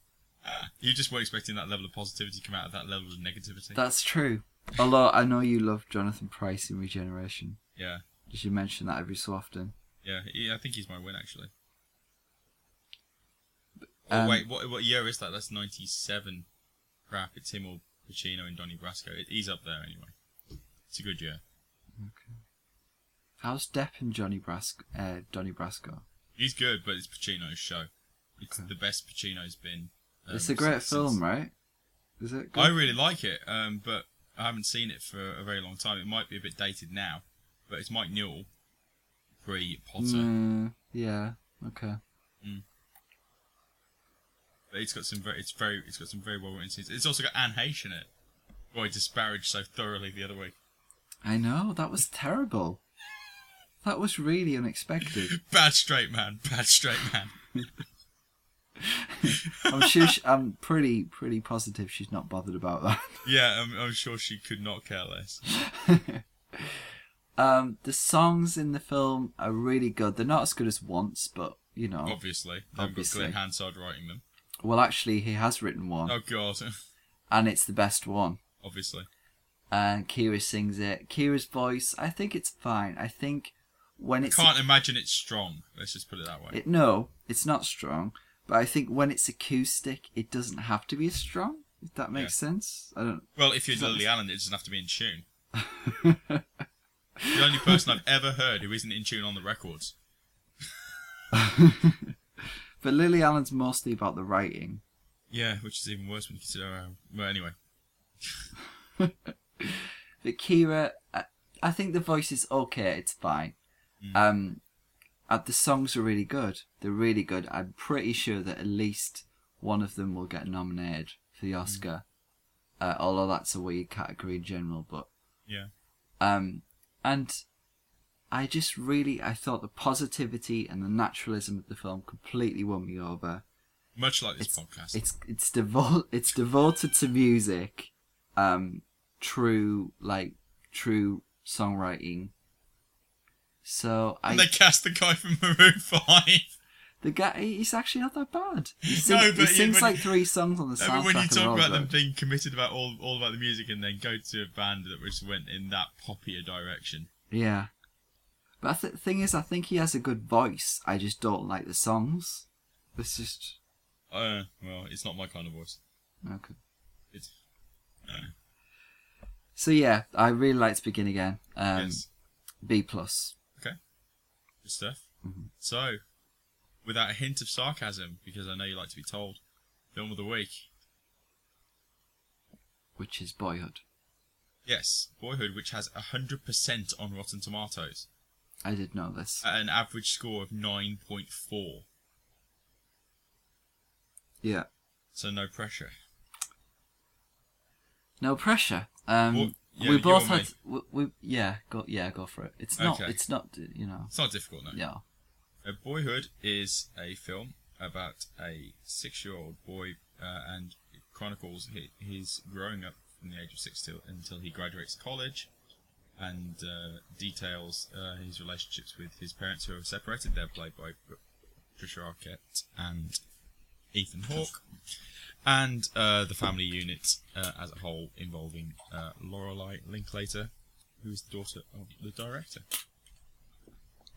Speaker 2: You just weren't expecting that level of positivity to come out of that level of negativity.
Speaker 1: that's true. Although I know you love Jonathan Price in Regeneration.
Speaker 2: yeah,
Speaker 1: You should mention that every so often.
Speaker 2: yeah. He, I think he's my win actually.
Speaker 1: Um,
Speaker 2: oh wait, what what year is that? That's ninety seven. Crap, it's him or Pacino and Donnie Brasco. It, he's up there anyway. It's a good year.
Speaker 1: How's Depp and Johnny Brasco? Uh, Donny Brasco.
Speaker 2: He's good, but it's Pacino's show. It's
Speaker 1: Okay.
Speaker 2: the best Pacino's been. um,
Speaker 1: it's a great
Speaker 2: since-
Speaker 1: film,
Speaker 2: since-
Speaker 1: right? Is it?
Speaker 2: I really like it, um, but I haven't seen it for a very long time. It might be a bit dated now, but it's Mike Newell, pre Potter.
Speaker 1: Mm, yeah. Okay.
Speaker 2: But it's got some very, it's very, it's got some very well written scenes. It's also got Anne Heche in it, who I disparaged so thoroughly the other week.
Speaker 1: I know that was terrible. That was really unexpected.
Speaker 2: Bad straight man, [laughs] bad straight man.
Speaker 1: I'm sure. She, I'm pretty pretty positive she's not bothered about that. [laughs]
Speaker 2: yeah, I'm, I'm sure she could not care less.
Speaker 1: Um, the songs in the film are really good. They're not as good as Once, but you know.
Speaker 2: Obviously, They haven't got
Speaker 1: Obviously.
Speaker 2: Glenn Hansard writing them.
Speaker 1: Well, actually, he has written one,
Speaker 2: Oh god, [laughs]
Speaker 1: and it's the best one.
Speaker 2: obviously.
Speaker 1: and Kira sings it. Kira's voice, I think it's fine. I think when it's
Speaker 2: Can't imagine it's strong. Let's just put it that way.
Speaker 1: it, no, it's not strong, but I think when it's acoustic, it doesn't have to be as strong. If that makes sense, I don't.
Speaker 2: Well, if you're
Speaker 1: It's not-
Speaker 2: Lily Allen, it doesn't have to be in tune. the only person I've ever heard who isn't in tune on the records.
Speaker 1: But Lily Allen's mostly about the writing.
Speaker 2: Yeah, which is even worse when you consider. Uh, well, anyway,
Speaker 1: But Kira, I, I think the voice is okay. It's fine. Um, uh, the songs are really good. They're really good. I'm pretty sure that at least one of them will get nominated for the Oscar. Uh, although that's a weird category in general, but
Speaker 2: yeah,
Speaker 1: um, and I just really I thought the positivity and the naturalism of the film completely won me over.
Speaker 2: much like this
Speaker 1: It's
Speaker 2: podcast.
Speaker 1: it's it's devo- it's devoted to music, um, true like true songwriting. So I
Speaker 2: and they cast the guy from Maroon [laughs] Five.
Speaker 1: the guy he's actually not that bad. He, sing,
Speaker 2: No,
Speaker 1: he
Speaker 2: but yeah,
Speaker 1: sings
Speaker 2: when-
Speaker 1: like three songs on the
Speaker 2: I mean,
Speaker 1: soundtrack.
Speaker 2: when you
Speaker 1: of
Speaker 2: talk
Speaker 1: Old
Speaker 2: about them
Speaker 1: Road.
Speaker 2: being committed about all, all about the music, and then go to a band that just went in that poppier direction.
Speaker 1: yeah. But I th- the thing is, I think he has a good voice. I just don't like the songs. It's just
Speaker 2: Uh, well, it's not my kind of voice.
Speaker 1: okay.
Speaker 2: It's
Speaker 1: So yeah, I really like to begin again. Um,
Speaker 2: yes,
Speaker 1: B plus.
Speaker 2: good stuff.
Speaker 1: mm-hmm.
Speaker 2: So, without a hint of sarcasm, because I know you like to be told, film of the week.
Speaker 1: which is Boyhood.
Speaker 2: Yes, Boyhood, which has 100% on Rotten Tomatoes,
Speaker 1: I did know this.
Speaker 2: at an average score of 9.4,
Speaker 1: yeah.
Speaker 2: so no pressure.
Speaker 1: No pressure. Um,
Speaker 2: Well, yeah,
Speaker 1: we
Speaker 2: you
Speaker 1: both
Speaker 2: or me?
Speaker 1: had. We, we yeah go yeah go for it. It's not
Speaker 2: Okay.
Speaker 1: it's not you know
Speaker 2: It's not difficult, no.
Speaker 1: yeah
Speaker 2: Uh, Boyhood is a film about a six-year-old boy uh, and it chronicles hi- his growing up from the age of six till until he graduates college, and uh, details uh, his relationships with his parents who are separated. They're played by Patricia Arquette and Ethan Hawke, and uh, the family unit uh, as a whole, involving uh, Lorelai Linklater, who is the daughter of the director.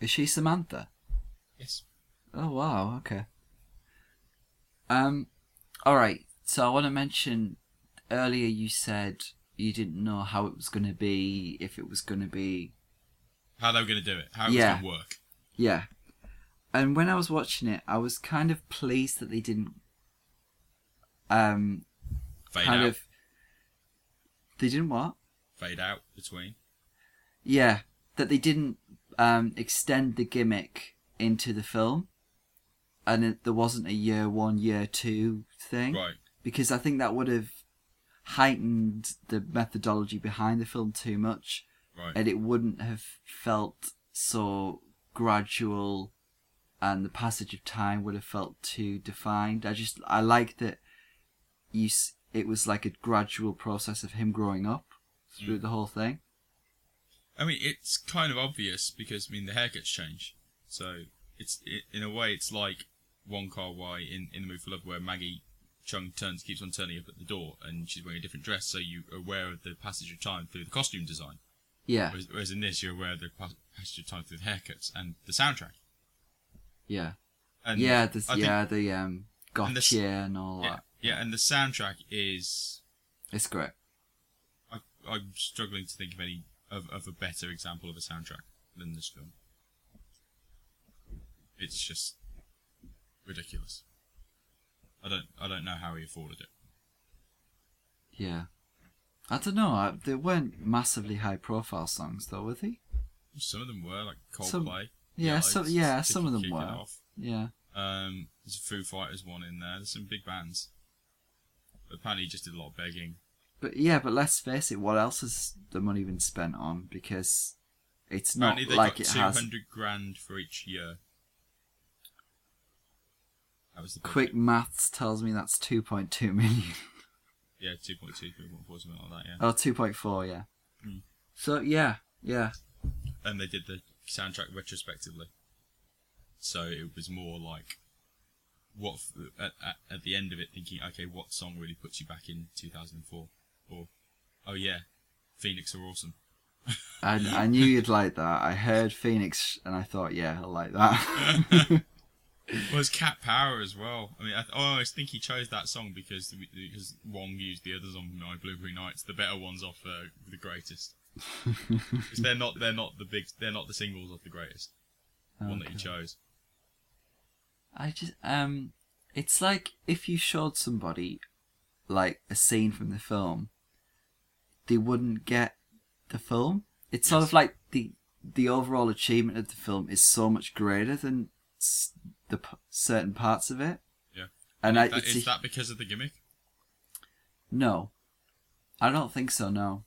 Speaker 1: Is she Samantha?
Speaker 2: Yes.
Speaker 1: Oh wow, okay. Um all right. So I want to mention earlier you said you didn't know how it was going to be, if it was going to be
Speaker 2: How they were going to do it? How it
Speaker 1: Yeah.
Speaker 2: was going to work?
Speaker 1: yeah. And when I was watching it, I was kind of pleased that they didn't um
Speaker 2: Fade
Speaker 1: kind
Speaker 2: out.
Speaker 1: of they didn't what?
Speaker 2: Fade out between.
Speaker 1: Yeah, that they didn't um, extend the gimmick into the film, and it, there wasn't a year one, year two thing,
Speaker 2: Right.
Speaker 1: because I think that would have heightened the methodology behind the film too much,
Speaker 2: Right.
Speaker 1: and it wouldn't have felt so gradual, and the passage of time would have felt too defined. I just I like that you s- it was like a gradual process of him growing up through
Speaker 2: Mm.
Speaker 1: the whole thing.
Speaker 2: I mean, it's kind of obvious because I mean the haircuts change, so it's i in a way it's like Wong Kar Wai in in the movie for Love, where Maggie Chung turns keeps on turning up at the door and she's wearing a different dress, so you're aware of the passage of time through the costume design.
Speaker 1: Yeah,
Speaker 2: Whereas, whereas in this, you're aware of the pas- passage of time through the haircuts and the soundtrack.
Speaker 1: yeah.
Speaker 2: And
Speaker 1: yeah, this,
Speaker 2: I think-
Speaker 1: yeah, the um, goth
Speaker 2: And the s-
Speaker 1: cheer and all
Speaker 2: yeah,
Speaker 1: that.
Speaker 2: yeah, and the soundtrack is
Speaker 1: It's great.
Speaker 2: I, I'm struggling to think of any of, of a better example of a soundtrack than this film. It's just ridiculous. I don't I don't know how he afforded it.
Speaker 1: Yeah, I don't know. I, they weren't massively high profile songs though, were they?
Speaker 2: Some of them were like Coldplay.
Speaker 1: Some- Yeah,
Speaker 2: Yellow,
Speaker 1: some
Speaker 2: just
Speaker 1: yeah,
Speaker 2: kick-
Speaker 1: some of them
Speaker 2: kick it
Speaker 1: were.
Speaker 2: off.
Speaker 1: Yeah,
Speaker 2: Um, there's a Foo Fighters one in there. There's some big bands. But apparently, he just did a lot of begging.
Speaker 1: but yeah, but let's face it. What else has the money been spent on? Because it's not
Speaker 2: Apparently, they
Speaker 1: like
Speaker 2: got
Speaker 1: it
Speaker 2: two
Speaker 1: has
Speaker 2: hundred grand for each year. That was the budget.
Speaker 1: quick maths tells me that's two point two million. [laughs]
Speaker 2: Yeah, 2.2, 3.4, something like that. Yeah.
Speaker 1: oh, 2.4, yeah.
Speaker 2: Mm.
Speaker 1: So yeah, yeah,
Speaker 2: and they did the soundtrack retrospectively. So it was more like what f- at, at, at the end of it, thinking, okay, what song really puts you back in 2004? Or oh yeah, Phoenix are awesome.
Speaker 1: I I knew you'd like that. I heard Phoenix and I thought, yeah, I like that.
Speaker 2: [laughs] Well, it's Cat Power as well. I mean, I, th- oh, I always think he chose that song because we- because Wong used the others on My Blueberry Nights, the better ones off uh,
Speaker 1: [laughs]
Speaker 2: the greatest. 'Cause they're not they're not the big they're not the singles off the greatest.
Speaker 1: [laughs]
Speaker 2: The One that he
Speaker 1: Okay.
Speaker 2: chose.
Speaker 1: I just um, it's like if you showed somebody like a scene from the film, they wouldn't get the film. It's sort of like the the overall achievement of the film is so much greater than s- the p- certain parts of it.
Speaker 2: Yeah.
Speaker 1: And I
Speaker 2: That-
Speaker 1: it's
Speaker 2: is
Speaker 1: a-
Speaker 2: that because of the gimmick?
Speaker 1: no, I don't think so. No.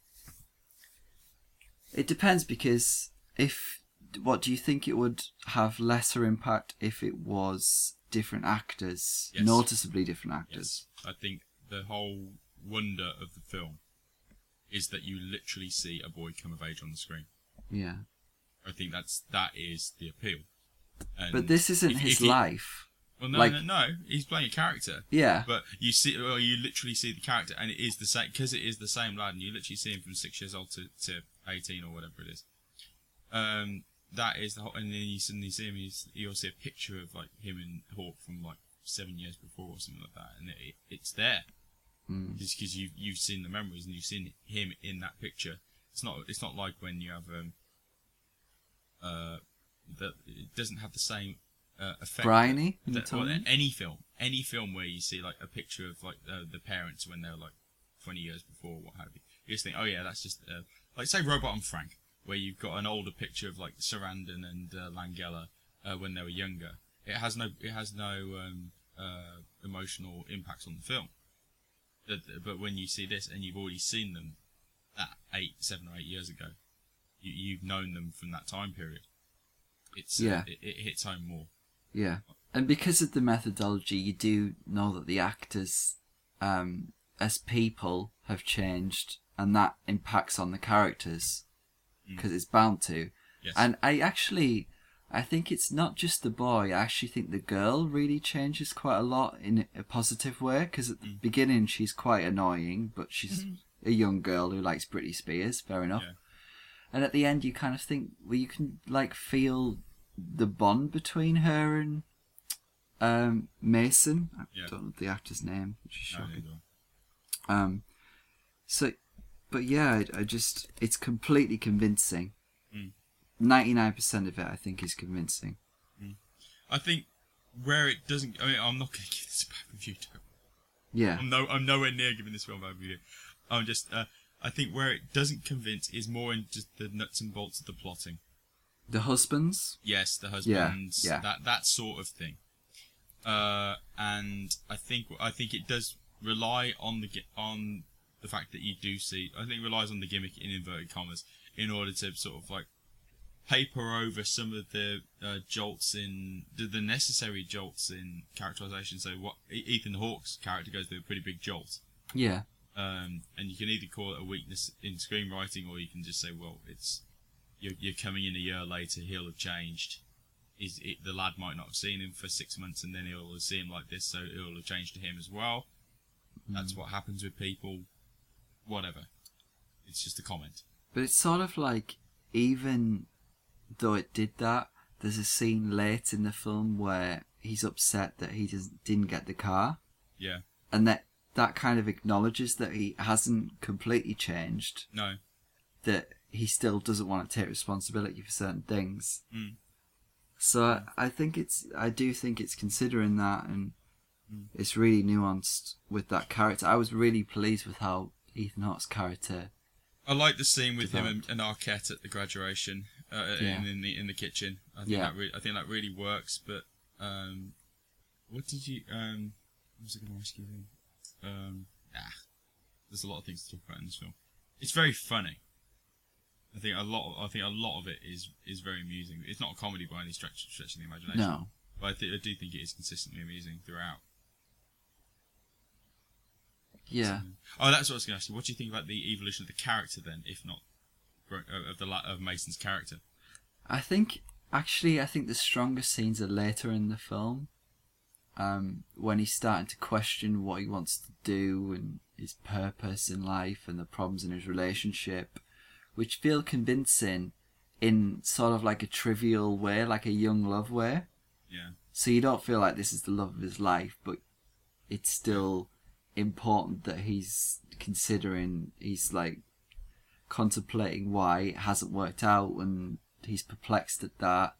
Speaker 1: It depends because if what do you think it would have lesser impact if it was different actors,
Speaker 2: Yes.
Speaker 1: noticeably different actors?
Speaker 2: Yes. I think the whole wonder of the film is that you literally see a boy come of age on the screen.
Speaker 1: Yeah,
Speaker 2: I think that's that is the appeal. And
Speaker 1: but this isn't
Speaker 2: if-
Speaker 1: his
Speaker 2: if he-
Speaker 1: life.
Speaker 2: Well, no,
Speaker 1: like-
Speaker 2: no, no, he's playing a character.
Speaker 1: Yeah,
Speaker 2: But you see, well, you literally see the character, and it is the same because it is the same lad, and you literally see him from six years old to, to eighteen or whatever it is. Um, that is the whole, and then you suddenly see him. You s- you'll see a picture of like him and Hawk from like seven years before or something like that, and it, it's there
Speaker 1: Mm.
Speaker 2: just because you you've seen the memories and you've seen him in that picture. It's not it's not like when you have um uh that it doesn't have the same uh, effect.
Speaker 1: Briny.
Speaker 2: That-
Speaker 1: you're
Speaker 2: well,
Speaker 1: telling me?
Speaker 2: any film, any film where you see like a picture of like uh, the parents when they're like twenty years before, what have you, you just think, oh yeah, that's just uh, like say Robot and Frank, where you've got an older picture of like Sarandon and uh, Langella uh, when they were younger. It has no, it has no um, uh, emotional impact on the film. But, but when you see this and you've already seen them, that eight, seven or eight years ago, you, you've known them from that time period. It's uh,
Speaker 1: Yeah.
Speaker 2: it, it hits home more.
Speaker 1: Yeah, and because of the methodology, you do know that the actors, um, as people, have changed, and that
Speaker 2: Hmm.
Speaker 1: impacts on the characters because it's bound to.
Speaker 2: Yes.
Speaker 1: And I actually, I think it's not just the boy. I actually think the girl really changes quite a lot in a positive way because at the
Speaker 2: Mm.
Speaker 1: beginning she's quite annoying, but she's a young girl who likes Britney Spears, fair enough.
Speaker 2: Mm-hmm. Yeah.
Speaker 1: And at the end, you kind of think, well, you can like feel the bond between her and um, Mason. I
Speaker 2: Yeah.
Speaker 1: don't know the actor's name, which is
Speaker 2: No,
Speaker 1: shocking.
Speaker 2: neither.
Speaker 1: Um, so, but yeah, I, I just it's completely convincing.
Speaker 2: Mm.
Speaker 1: Ninety nine percent of it, I think, is convincing.
Speaker 2: I think where it doesn't. I mean, I'm not going to [laughs] give this a bad review. Don't
Speaker 1: Yeah,
Speaker 2: I'm no, I'm nowhere near giving this film a bad review. I'm just, uh, I think where it doesn't convince is more in just the nuts and bolts of the plotting.
Speaker 1: the husbands.
Speaker 2: Yes, the husbands,
Speaker 1: yeah.
Speaker 2: that that sort of thing. Uh, and I think I think it does rely on the gi- on the fact that you do see. I think it relies on the gimmick in inverted commas in order to sort of like paper over some of the uh, jolts in the, the necessary jolts in characterization. So what E- Ethan Hawke's character goes through a pretty big jolt.
Speaker 1: Yeah,
Speaker 2: Um, and you can either call it a weakness in screenwriting, or you can just say, well, it's you're, you're coming in a year later, he'll have changed. Is it, the lad might not have seen him for six months, and then he'll see him like this, so it'll have changed to him as well. That's what happens with people. Whatever. It's just a comment.
Speaker 1: but it's sort of like even though it did that, there's a scene late in the film where he's upset that he doesn't, didn't get the car,
Speaker 2: Yeah.
Speaker 1: and that that kind of acknowledges that he hasn't completely changed.
Speaker 2: No.
Speaker 1: that he still doesn't want to take responsibility for certain things.
Speaker 2: Mm.
Speaker 1: So I, I think it's I do think it's considering that and it's really nuanced with that character. I was really pleased with how Ethan Hart's character.
Speaker 2: I like the scene with him and, and Arquette at the graduation, uh,
Speaker 1: Yeah.
Speaker 2: in, in the in the kitchen. I think
Speaker 1: Yeah.
Speaker 2: that re- I think that really works. But um, what did you? Um, what was I going to ask you? Then? Um, ah, there's a lot of things to talk about in this film. It's very funny. I think a lot. Of, I think a lot of it is is very amusing. It's not a comedy by any stretch stretch of the imagination.
Speaker 1: No,
Speaker 2: but I, th- I do think it is consistently amusing throughout.
Speaker 1: yeah,
Speaker 2: Oh, that's what I was going to ask you. What do you think about the evolution of the character then, if not uh, of the la- of Mason's character?
Speaker 1: I think actually I think the strongest scenes are later in the film, um, when he's starting to question what he wants to do and his purpose in life and the problems in his relationship, which feel convincing in sort of like a trivial way, like a young love way.
Speaker 2: Yeah.
Speaker 1: So you don't feel like this is the love of his life, but it's still important that he's considering, he's like contemplating why it hasn't worked out and he's perplexed at that.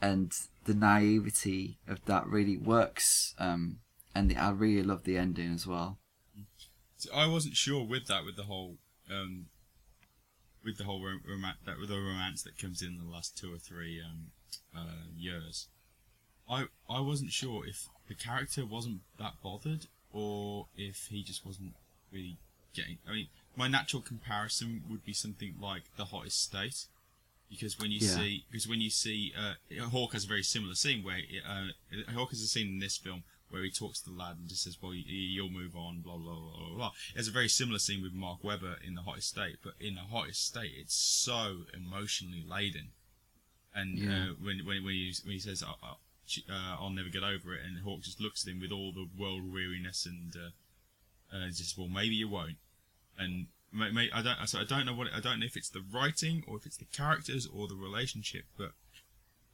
Speaker 1: And the naivety of that really works. Um, and the, I really love the ending as well.
Speaker 2: See, I wasn't sure with that, with the whole, um, with the whole rom- romance that with the romance that comes in the last two or three um, uh, years. I I wasn't sure if the character wasn't that bothered or if he just wasn't really getting. I mean, my natural comparison would be something like the hottest state, because when you
Speaker 1: Yeah.
Speaker 2: see because when you see uh, Hawk has a very similar scene where uh, Hawk has a scene in this film where he talks to the lad and just says, "Well, you, you'll move on," blah blah blah blah blah. It's a very similar scene with Mark Webber in the hottest state, but in the hottest state, it's so emotionally laden and
Speaker 1: Yeah.
Speaker 2: uh, when, when when he when he says "I- I- she- uh, I'll never get over it, and Hawk just looks at him with all the world weariness and uh, uh, just well maybe you won't, and may, may, I don't so I don't know what I don't know if it's the writing or if it's the characters or the relationship, but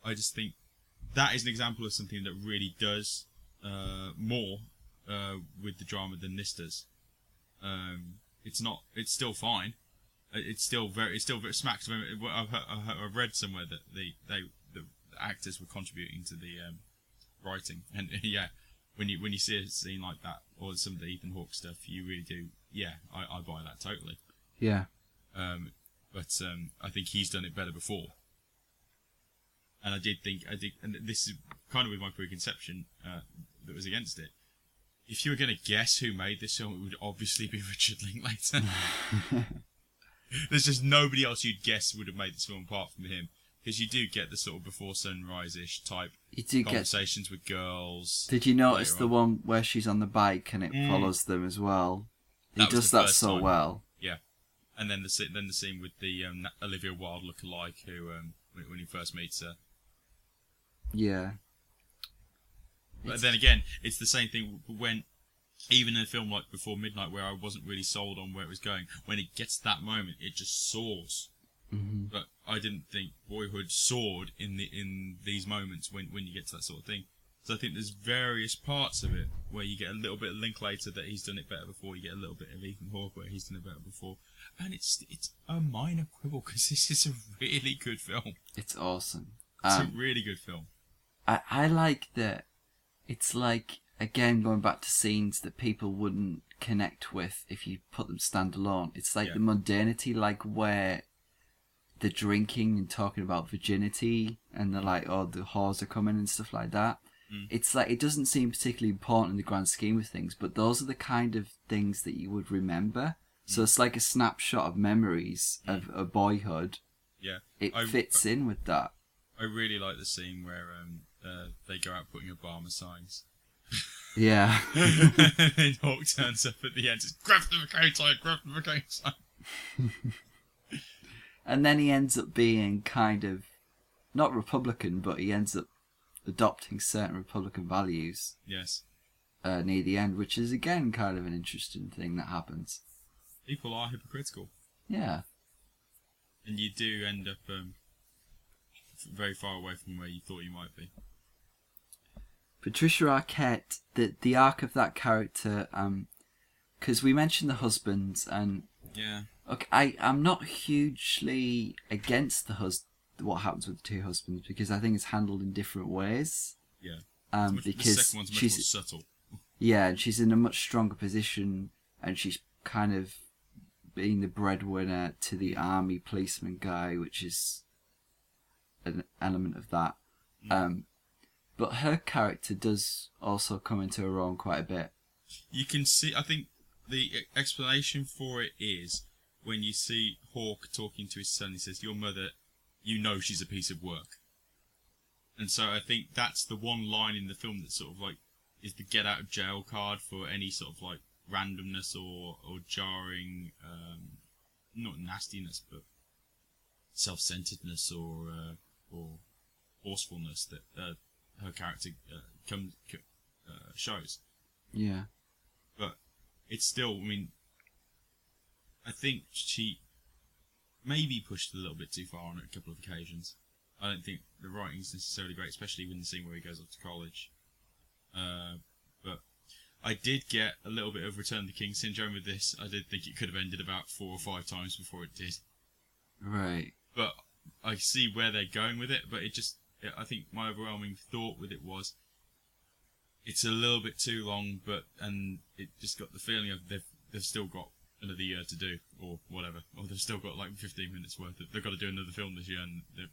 Speaker 2: I just think that is an example of something that really does uh, more uh, with the drama than this does. Um, it's not it's still fine, it- it's still very, it's still very smacks. of- I've, heard, I've heard- I've read somewhere that the they the actors were contributing to the um, writing, and [laughs] yeah, when you when you see a scene like that or some of the Ethan Hawke stuff, you really do. Yeah, I, I buy that totally.
Speaker 1: Yeah.
Speaker 2: Um, but um, I think he's done it better before. And I did think I did, and this is kind of with my preconception uh, that was against it. If you were going to guess who made this film, it would obviously be [laughs] Richard
Speaker 1: [laughs]
Speaker 2: Linklater. There's just nobody else you'd guess would have made this film apart from him, because you do get the sort of before sunrise ish type
Speaker 1: You do get.
Speaker 2: conversations with girls.
Speaker 1: Did you notice
Speaker 2: later
Speaker 1: the
Speaker 2: on.
Speaker 1: one where she's on the bike and it
Speaker 2: Mm.
Speaker 1: follows them as well? He
Speaker 2: That was
Speaker 1: does
Speaker 2: the
Speaker 1: that
Speaker 2: first
Speaker 1: so
Speaker 2: time.
Speaker 1: well.
Speaker 2: Yeah, and then the se- then the scene with the um, Na- Olivia Wilde look-alike who um, when, when he first meets her,
Speaker 1: Yeah.
Speaker 2: But
Speaker 1: It's-
Speaker 2: then again, it's the same thing when, even in a film like Before Midnight, where I wasn't really sold on where it was going, when it gets to that moment, it just soars.
Speaker 1: Mhm.
Speaker 2: But I didn't think Boyhood soared in the in these moments when, when you get to that sort of thing. So I think there's various parts of it where you get a little bit of Linklater that he's done it better before. You get a little bit of Ethan Hawke where he's done it better before, and it's it's a minor quibble because [laughs] this is a really good film.
Speaker 1: It's awesome.
Speaker 2: It's
Speaker 1: Um,
Speaker 2: a really good film.
Speaker 1: I, I like that it's like again going back to scenes that people wouldn't connect with if you put them standalone. It's like
Speaker 2: Yeah.
Speaker 1: the mundanity, like where the drinking and talking about virginity and the like oh the whores are coming and stuff like that.
Speaker 2: Mm.
Speaker 1: It's like it doesn't seem particularly important in the grand scheme of things, but those are the kind of things that you would remember.
Speaker 2: Mm.
Speaker 1: So it's like a snapshot of memories of a boyhood.
Speaker 2: Yeah,
Speaker 1: It
Speaker 2: Mm. I-
Speaker 1: fits in with that.
Speaker 2: I really like the scene where um, uh, they go out putting Obama [laughs] signs.
Speaker 1: Yeah. [laughs]
Speaker 2: and then Hawk turns up at the end, says, grab the McCain sign, grab the McCain sign.
Speaker 1: And then he ends up being kind of not Republican, but he ends up adopting certain Republican values
Speaker 2: Yes,
Speaker 1: uh, near the end, which is again kind of an interesting thing that happens.
Speaker 2: people are hypocritical.
Speaker 1: Yeah,
Speaker 2: And you do end up um, f- very far away from where you thought you might be.
Speaker 1: Patricia Arquette, the the arc of that character, because we mentioned the husbands, and
Speaker 2: Yeah.
Speaker 1: okay, I I'm not hugely against the hus what happens with the two husbands because I think it's handled in different ways.
Speaker 2: Yeah. It's
Speaker 1: Um,
Speaker 2: much- the
Speaker 1: because
Speaker 2: second one's much
Speaker 1: she's
Speaker 2: more subtle.
Speaker 1: Yeah, and she's in a much stronger position, and she's kind of being the breadwinner to the army policeman guy, which is an element of that.
Speaker 2: Hmm.
Speaker 1: Um, but her character does also come into her own quite a bit.
Speaker 2: You can see, I think the e- explanation for it is when you see Hawk talking to his son, he says, Your mother, you know she's a piece of work. And so I think that's the one line in the film that sort of like is the get out of jail card for any sort of like randomness or, or jarring, um, not nastiness, but self centeredness or, uh, or forcefulness that uh, her character uh, comes, co- uh, shows
Speaker 1: Yeah,
Speaker 2: but it's still. I mean, I think she maybe pushed it a little bit too far on a couple of occasions. I don't think the writing's necessarily great, especially when the scene where he goes off to college. Uh, but I did get a little bit of Return of the King syndrome with this. I did think it could have ended about four or five times before it did.
Speaker 1: right.
Speaker 2: But I see where they're going with it. But it just, I think my overwhelming thought with it was, it's a little bit too long, but and it just got the feeling of they've they've still got another year to do or whatever, or they've still got like 15 minutes worth. Of, they've got to do another film this year, and they've,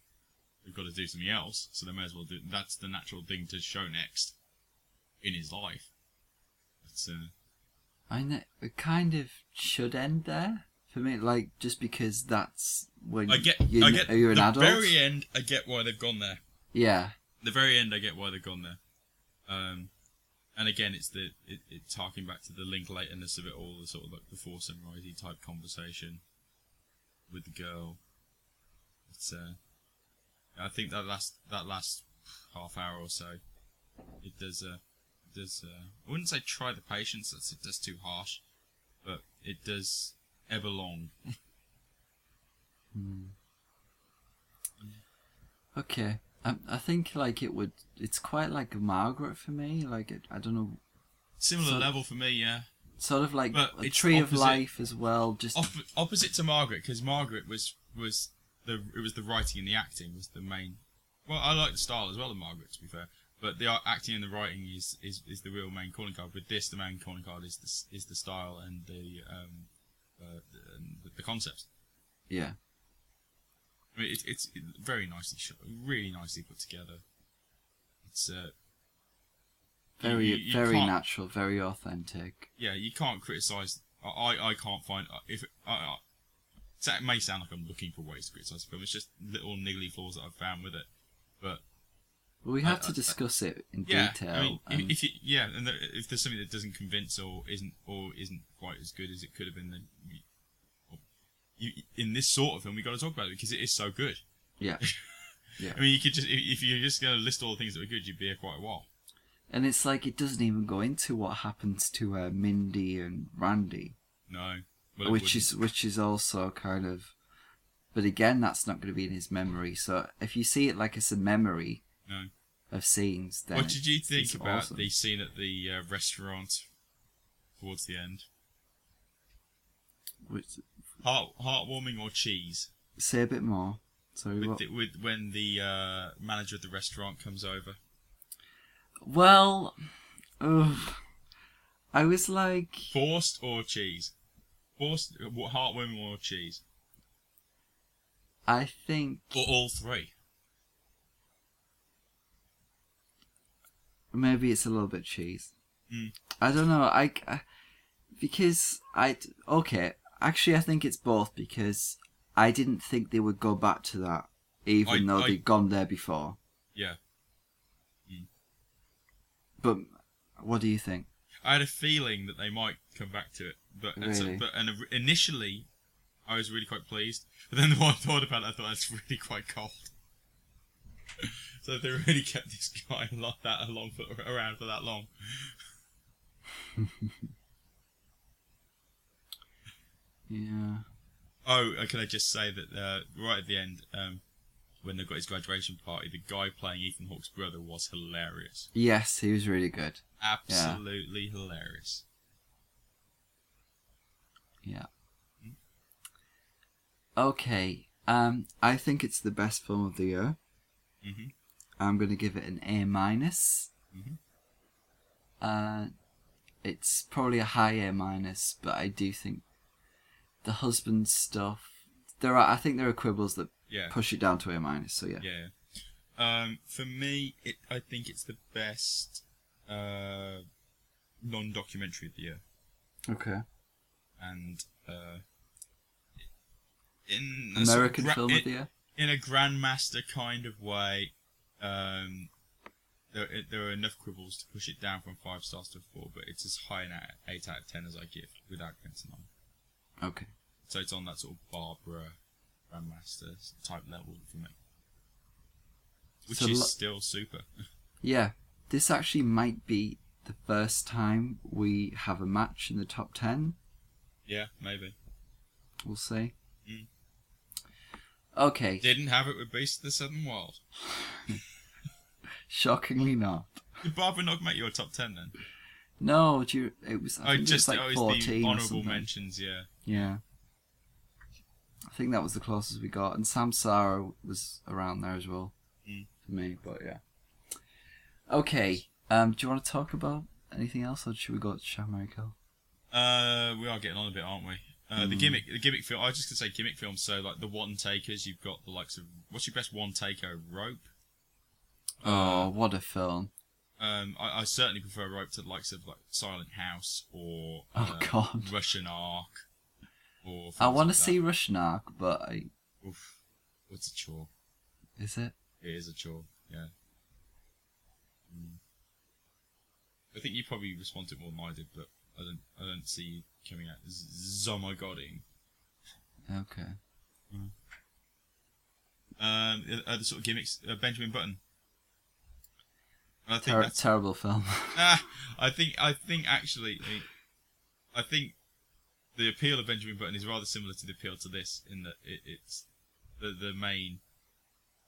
Speaker 2: they've got to do something else. So they may as well do. That's the natural thing to show next in his life. But, uh,
Speaker 1: I know it kind of should end there for me, like just because that's when
Speaker 2: I get,
Speaker 1: you,
Speaker 2: I get
Speaker 1: you're an
Speaker 2: the
Speaker 1: adult.
Speaker 2: very end. I get why they've gone there.
Speaker 1: Yeah,
Speaker 2: the very end, I get why they've gone there. Um, and again, it's the it, it talking back to the Linklater'ness of it all, the sort of like before sunrisey type conversation with the girl. It's uh, I think that last that last half hour or so, it does uh, does uh, I wouldn't say try the patience. That's that's too harsh, but it does ebb along.
Speaker 1: Okay. Um, I think like it would. It's quite like Margaret for me. Like it, I don't know,
Speaker 2: Similar
Speaker 1: So-
Speaker 2: level for me, yeah.
Speaker 1: sort of like
Speaker 2: But
Speaker 1: a
Speaker 2: it's
Speaker 1: Tree of
Speaker 2: opposite-
Speaker 1: Life as well. Just
Speaker 2: Opp opposite to Margaret, because Margaret was was the it was the writing and the acting was the main. Well, I like the style as well of Margaret, to be fair. But the art, acting and the writing is, is, is the real main calling card. With this, the main calling card is the s- is the style and the um, uh, the, and the- the concept.
Speaker 1: yeah,
Speaker 2: I mean, it, it's very nicely shot, really nicely put together. It's uh, you-
Speaker 1: very
Speaker 2: you- you
Speaker 1: very
Speaker 2: can't-
Speaker 1: natural, very authentic.
Speaker 2: yeah, you can't criticize. I I- I can't find uh, if I. I so it may sound like I'm looking for ways to criticize the film. It's just little niggly flaws that I've found with it. But
Speaker 1: Well, we
Speaker 2: I-
Speaker 1: have
Speaker 2: I-
Speaker 1: to discuss it in
Speaker 2: yeah,
Speaker 1: detail.
Speaker 2: I mean,
Speaker 1: um,
Speaker 2: if, if you, yeah, and there- if there's something that doesn't convince or isn't or isn't quite as good as it could have been, then you, [laughs] you, in this sort of film, we got to talk about it because it is so good.
Speaker 1: yeah, Yeah.
Speaker 2: I mean, you could just if if you're just going to list all the things that were good, you'd be here quite a while.
Speaker 1: And it's like it doesn't even go into what happens to uh, Mindy and Randy,
Speaker 2: No, well, it
Speaker 1: which
Speaker 2: wouldn't.
Speaker 1: is which is also kind of. But again, that's not going to be in his memory. So if you see it like it's a memory
Speaker 2: no.
Speaker 1: of scenes, then
Speaker 2: What did you
Speaker 1: it's-
Speaker 2: think
Speaker 1: it's
Speaker 2: about
Speaker 1: awesome.
Speaker 2: the scene at the uh, restaurant towards the end?
Speaker 1: Which-
Speaker 2: Heart, heartwarming or cheese?
Speaker 1: Say a bit more. Sorry,
Speaker 2: With,
Speaker 1: what?
Speaker 2: the, with when the uh, manager of the restaurant comes over.
Speaker 1: Well, ugh. I was like,
Speaker 2: Forced or cheese? Forced, uh, what, heartwarming or cheese?
Speaker 1: I think
Speaker 2: Or all three?
Speaker 1: maybe it's a little bit cheese.
Speaker 2: Mm.
Speaker 1: I don't know. I, I- because I okay. Actually, I think it's both because I didn't think they would go back to that, even
Speaker 2: I-
Speaker 1: though
Speaker 2: I-
Speaker 1: they'd gone there before.
Speaker 2: Yeah.
Speaker 1: But what do you think?
Speaker 2: I had a feeling that they might come back to it, but and so-
Speaker 1: Really?
Speaker 2: but and or- initially, I was really quite pleased. But then [laughs] the more I thought about it, I thought it's really quite cold. [laughs] so if they really kept this guy [laughs] like that along for, around for that long.
Speaker 1: Yeah.
Speaker 2: Oh, uh, can I just say that uh, right at the end, um, when they got his graduation party, the guy playing Ethan Hawke's brother was hilarious.
Speaker 1: Yes, he was really good.
Speaker 2: Absolutely hilarious.
Speaker 1: Yeah. Okay. Um, I think it's the best film of the year.
Speaker 2: Mhm.
Speaker 1: I'm going to give it an A minus.
Speaker 2: Mhm. Mm-hmm.
Speaker 1: Uh, it's probably a high A minus, but I do think the husband stuff. There are, I think, there are quibbles that
Speaker 2: Yeah.
Speaker 1: push it down to A minus. So yeah.
Speaker 2: Yeah. Um, for me, it, I think it's the best uh, non-documentary of the year,
Speaker 1: Okay.
Speaker 2: and uh, in a sort
Speaker 1: American
Speaker 2: gra-
Speaker 1: film
Speaker 2: in,
Speaker 1: of the year.
Speaker 2: in a grandmaster kind of way. Um, there, it- there are enough quibbles to push it down from five stars to four, but it's as high an out, eight out of ten as I give without counting on.
Speaker 1: Okay.
Speaker 2: So it's on that sort of Barbara grandmaster type level for me, which
Speaker 1: So
Speaker 2: is
Speaker 1: lo-
Speaker 2: still super.
Speaker 1: Yeah, this actually might be the first time we have a match in the top 10,
Speaker 2: yeah, maybe.
Speaker 1: we'll see.
Speaker 2: Mm.
Speaker 1: Okay,
Speaker 2: Didn't have it with Beast of the Southern Wild.
Speaker 1: shockingly not.
Speaker 2: Did Barbara not make your top ten then?
Speaker 1: No, do you, it was, I
Speaker 2: Oh,
Speaker 1: think it
Speaker 2: just
Speaker 1: was
Speaker 2: oh,
Speaker 1: like
Speaker 2: it's
Speaker 1: 14
Speaker 2: the
Speaker 1: or
Speaker 2: honourable
Speaker 1: something.
Speaker 2: mentions, yeah.
Speaker 1: Yeah. I think that was the closest we got, and Samsara was around there as well
Speaker 2: Mm.
Speaker 1: for me, but yeah. Okay, um, do you want to talk about anything else, or should we go to Shamarico?
Speaker 2: Uh, we are getting on a bit, aren't we? Uh,
Speaker 1: Hmm.
Speaker 2: The gimmick, the gimmick film. I was just gonna say gimmick films. So like the one takers, you've got the likes of what's your best one taker? Rope. Uh,
Speaker 1: Oh, what a film.
Speaker 2: Um, I, I certainly prefer Rope to the likes of like Silent House or
Speaker 1: Oh,
Speaker 2: uh,
Speaker 1: God.
Speaker 2: Russian Ark. Or
Speaker 1: I
Speaker 2: things
Speaker 1: want to
Speaker 2: like that.
Speaker 1: see Rushnark, but I,
Speaker 2: Oof, what's a chore?
Speaker 1: is it?
Speaker 2: It is a chore. Yeah. Mm. I think you probably responded more than I did, but I don't. I don't see you coming out. z- Zomogodding.
Speaker 1: Okay.
Speaker 2: Um, the other sort of gimmicks. Uh, Benjamin Button. And I think
Speaker 1: Ter-
Speaker 2: that's.
Speaker 1: terrible film.
Speaker 2: Ah, I think. I think actually. I, mean, I think the appeal of Benjamin Button is rather similar to the appeal to this in that it, it's the the main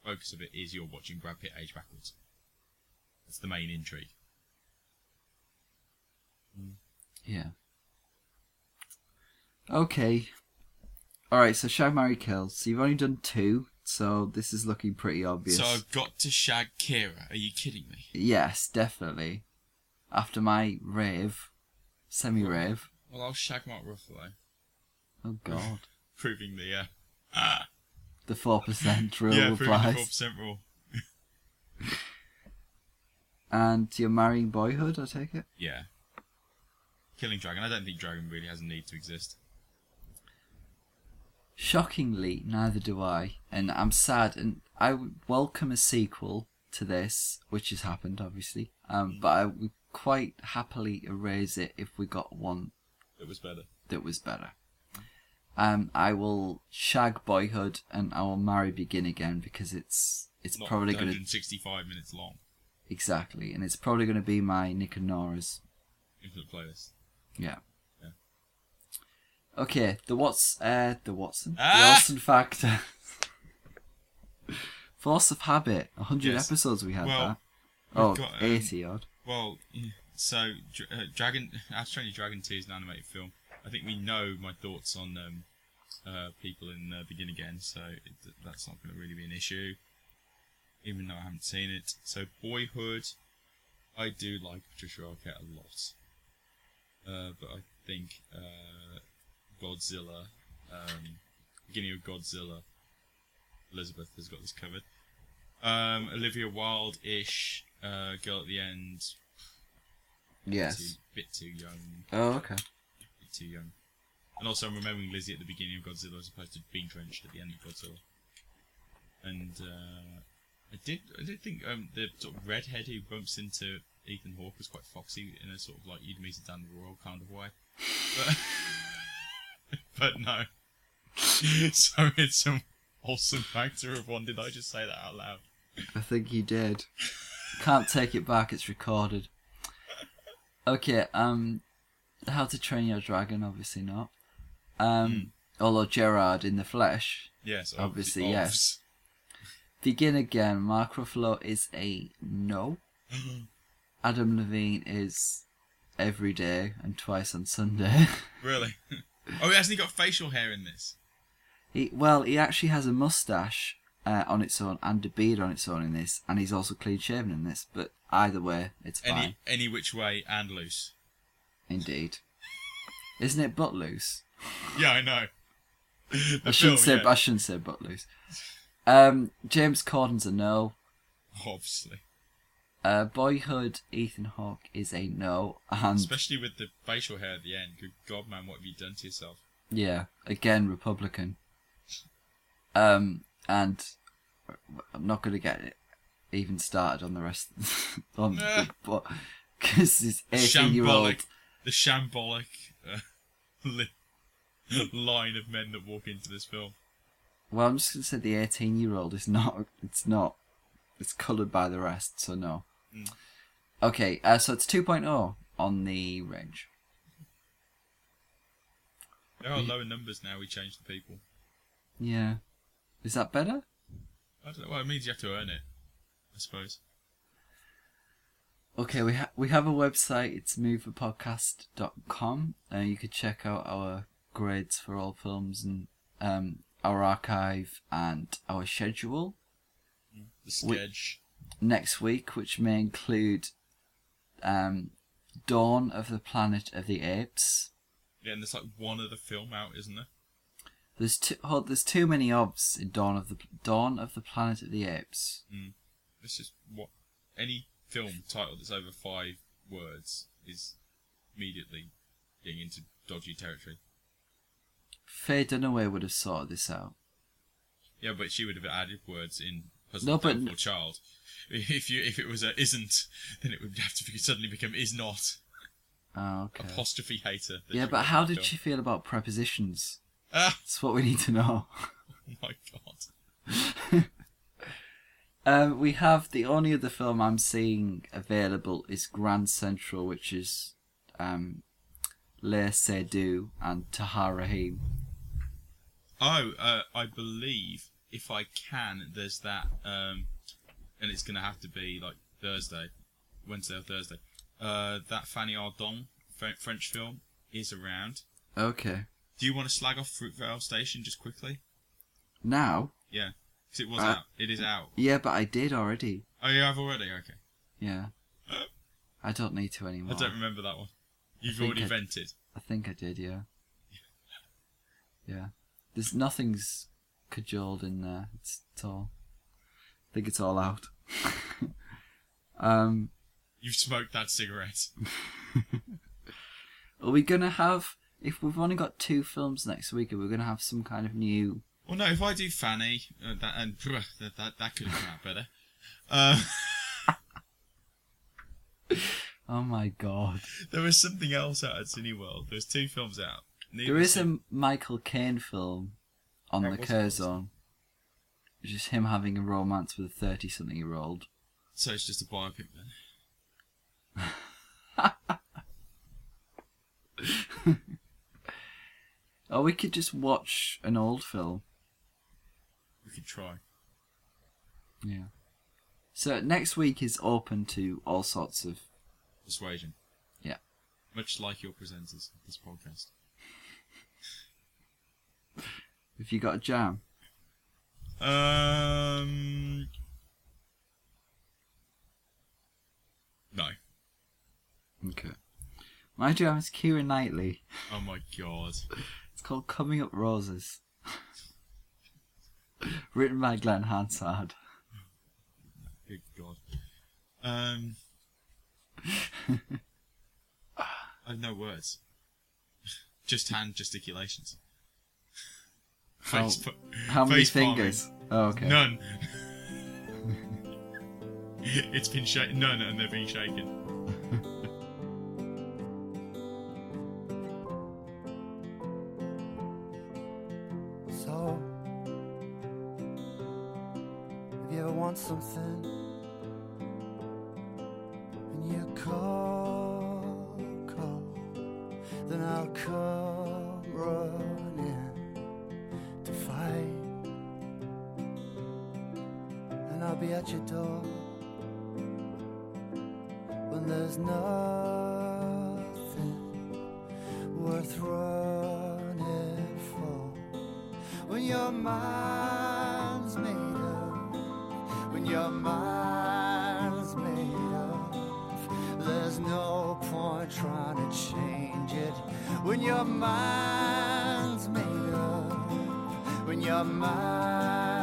Speaker 2: focus of it is you're watching Brad Pitt age backwards. That's the main intrigue.
Speaker 1: yeah. Okay. All right. So Shag Marry Kill. So you've only done two. So this is looking pretty obvious.
Speaker 2: So I've got to shag Kira. Are you kidding me?
Speaker 1: yes, definitely. After my rave, semi rave.
Speaker 2: Well, I'll shag Mark Ruffalo,
Speaker 1: Oh God.
Speaker 2: proving the uh, ah,
Speaker 1: The four percent rule
Speaker 2: [laughs] yeah, proving the four
Speaker 1: applies.
Speaker 2: percent rule.
Speaker 1: And you're marrying Boyhood. I take it.
Speaker 2: Yeah, killing Dragon. I don't think Dragon really has a need to exist.
Speaker 1: Shockingly, neither do I, and I'm sad. And I would welcome a sequel to this, which has happened, obviously. Um, but I would quite happily erase it if we got one
Speaker 2: It was better.
Speaker 1: that was better. Um, I will shag Boyhood and I will marry Begin again because it's it's
Speaker 2: Not
Speaker 1: probably going to
Speaker 2: 165 minutes long.
Speaker 1: exactly, and it's probably going to be my Nick and Nora's.
Speaker 2: Infinite playlist.
Speaker 1: Yeah.
Speaker 2: Yeah.
Speaker 1: Okay, the Watts, uh, the Watson, the
Speaker 2: Ah!
Speaker 1: Olsen factor. [laughs] Force of Habit. hundred
Speaker 2: Yes.
Speaker 1: episodes we had
Speaker 2: Well,
Speaker 1: there. Oh,
Speaker 2: got, um,
Speaker 1: 80 odd.
Speaker 2: Well, yeah, so Dr- uh, Dragon, How to Train Your Dragon Two is an animated film. I think we know my thoughts on um, uh, people in uh, Begin Again, so it, that's not going to really be an issue, even though I haven't seen it. So Boyhood, I do like Patricia Arquette a lot, uh, but I think uh, Godzilla, um, beginning of Godzilla, Elizabeth has got this covered. Um, Olivia Wilde ish, uh, girl at the end,
Speaker 1: Yes.
Speaker 2: too, bit too young,
Speaker 1: Oh, okay.
Speaker 2: bit too young. And also, I'm remembering Lizzie at the beginning of Godzilla as opposed to being drenched at the end of Godzilla. And uh, I did, I did think um, the sort of redhead who bumps into Ethan Hawke was quite foxy in a sort of like you'd meet her down the royal kind of way. But, but [laughs] no. so it's some wholesome factor of one. Did I just say that out loud?
Speaker 1: I think you
Speaker 2: [laughs]
Speaker 1: did. Can't take it back, it's recorded. Okay, um How to Train Your Dragon, obviously not. Um
Speaker 2: Hmm.
Speaker 1: although Gerard in the flesh.
Speaker 2: Yes,
Speaker 1: Obviously,
Speaker 2: obvi-
Speaker 1: yes. Begin again, Mark Ruffalo is a no.
Speaker 2: Mm-hmm.
Speaker 1: Adam Levine is every day and twice on Sunday. [laughs]
Speaker 2: obvs. Really? [laughs] oh, he hasn't he got facial hair in this?
Speaker 1: he well, he actually has a mustache uh, on its own and a beard on its own in this, and he's also clean shaven in this. But either way, it's fine.
Speaker 2: Any any which way and loose.
Speaker 1: Indeed. Isn't it butt loose?
Speaker 2: Yeah, I know. [laughs]
Speaker 1: I shouldn't say
Speaker 2: yeah.
Speaker 1: I shouldn't say butt loose. Um, James Corden's a no.
Speaker 2: Obviously,
Speaker 1: Uh, Boyhood, Ethan Hawke is a no, and
Speaker 2: especially with the facial hair at the end. Good God, man, what have you done to yourself?
Speaker 1: yeah, again Republican. Um, and I'm not gonna get it even started on the rest, on
Speaker 2: Nah.
Speaker 1: the, [laughs] but because this 18 year old
Speaker 2: Shambolic, the shambolic uh, [laughs] li- line of men that walk into this film.
Speaker 1: Well, I'm just gonna say the 18 year old is not. It's not. It's coloured by the rest, so no. Okay, uh, so it's 2.0 on the range.
Speaker 2: There
Speaker 1: Mm.
Speaker 2: are lower numbers now. We change the people.
Speaker 1: Yeah, is that better?
Speaker 2: I don't know. Well, it means you have to earn it, I suppose.
Speaker 1: Okay, we ha- we have a website. It's moverpodcast.com, and Uh, you could check out our grades for all films and um, our archive and our schedule.
Speaker 2: The sketch.
Speaker 1: next week, which may include um, Dawn of the Planet of the Apes.
Speaker 2: Yeah, and there's like one other film out, isn't there?
Speaker 1: There's too, oh, there's too many obs in Dawn of the Dawn of the Planet of the Apes.
Speaker 2: This is what any film title that's over five words is immediately getting into dodgy territory.
Speaker 1: Faye Dunaway would have sorted this out.
Speaker 2: Yeah, but she would have added words in
Speaker 1: No,
Speaker 2: puzzle
Speaker 1: but-
Speaker 2: doubtful child. If you if it was a isn't, then it would have to be, suddenly become is not
Speaker 1: Oh, okay.
Speaker 2: apostrophe hater. that
Speaker 1: Yeah,
Speaker 2: you
Speaker 1: but
Speaker 2: would
Speaker 1: how
Speaker 2: have
Speaker 1: did
Speaker 2: done.
Speaker 1: she feel about prepositions?
Speaker 2: Ah, [laughs]
Speaker 1: That's what we need to know.
Speaker 2: oh my god.
Speaker 1: Um, we have the only other film I'm seeing available is Grand Central, which is um, Le Seydoux and Tahar Rahim.
Speaker 2: Oh, uh, I believe if I can, there's that, um, and it's gonna have to be like Thursday, Wednesday or Thursday. Uh, that Fanny Ardon Fre- French film is around.
Speaker 1: Okay.
Speaker 2: Do you want to slag off Fruitvale Station just quickly?
Speaker 1: Now?
Speaker 2: Yeah, because it was
Speaker 1: Uh,
Speaker 2: out. It is out.
Speaker 1: Yeah, but I did already.
Speaker 2: Oh, yeah, I've already. Okay.
Speaker 1: Yeah. I don't need to anymore.
Speaker 2: I don't remember that one. You've
Speaker 1: think
Speaker 2: already
Speaker 1: I-
Speaker 2: vented.
Speaker 1: I think I did, yeah. Yeah. There's nothing's cajoled in there. It's, it's all. I think it's all out. [laughs] um,
Speaker 2: You've smoked that cigarette.
Speaker 1: are we gonna have? If we've only got two films next week, are we gonna have some kind of new?
Speaker 2: Well, no, if I do Fanny, uh, that and bruh, that, that that could have come out better. Uh,
Speaker 1: Oh my god! oh
Speaker 2: there was something else out at Cineworld. There was two films out.
Speaker 1: There is a Michael Caine film on
Speaker 2: That
Speaker 1: the
Speaker 2: wasn't us.
Speaker 1: Curzon. It's Just him having a romance with a thirty-something-year-old.
Speaker 2: So it's just a biopic then.
Speaker 1: Or we could just watch an old film.
Speaker 2: We could try.
Speaker 1: Yeah. So next week is open to all sorts of
Speaker 2: Persuasion.
Speaker 1: yeah.
Speaker 2: Much like your presenters of this podcast.
Speaker 1: If you got a jam,
Speaker 2: Um. No.
Speaker 1: okay. My jam is Kira Knightley.
Speaker 2: Oh my god.
Speaker 1: It's called Coming Up Roses. [laughs] Written by Glenn Hansard.
Speaker 2: Good god. Um. I have no words. [laughs] Just hand gesticulations.
Speaker 1: How-
Speaker 2: Face pu-
Speaker 1: How many
Speaker 2: face palming.
Speaker 1: fingers? Oh, okay.
Speaker 2: None. [laughs] it's been shaken. None, and they're being shaken.
Speaker 3: So, if you ever want something and you call, call, then I'll come running to fight, and I'll be at your door when there's nothing worth running for when your mind's made up, when your mind's made up, there's no point trying to change it. When your mind's made up, when your mind's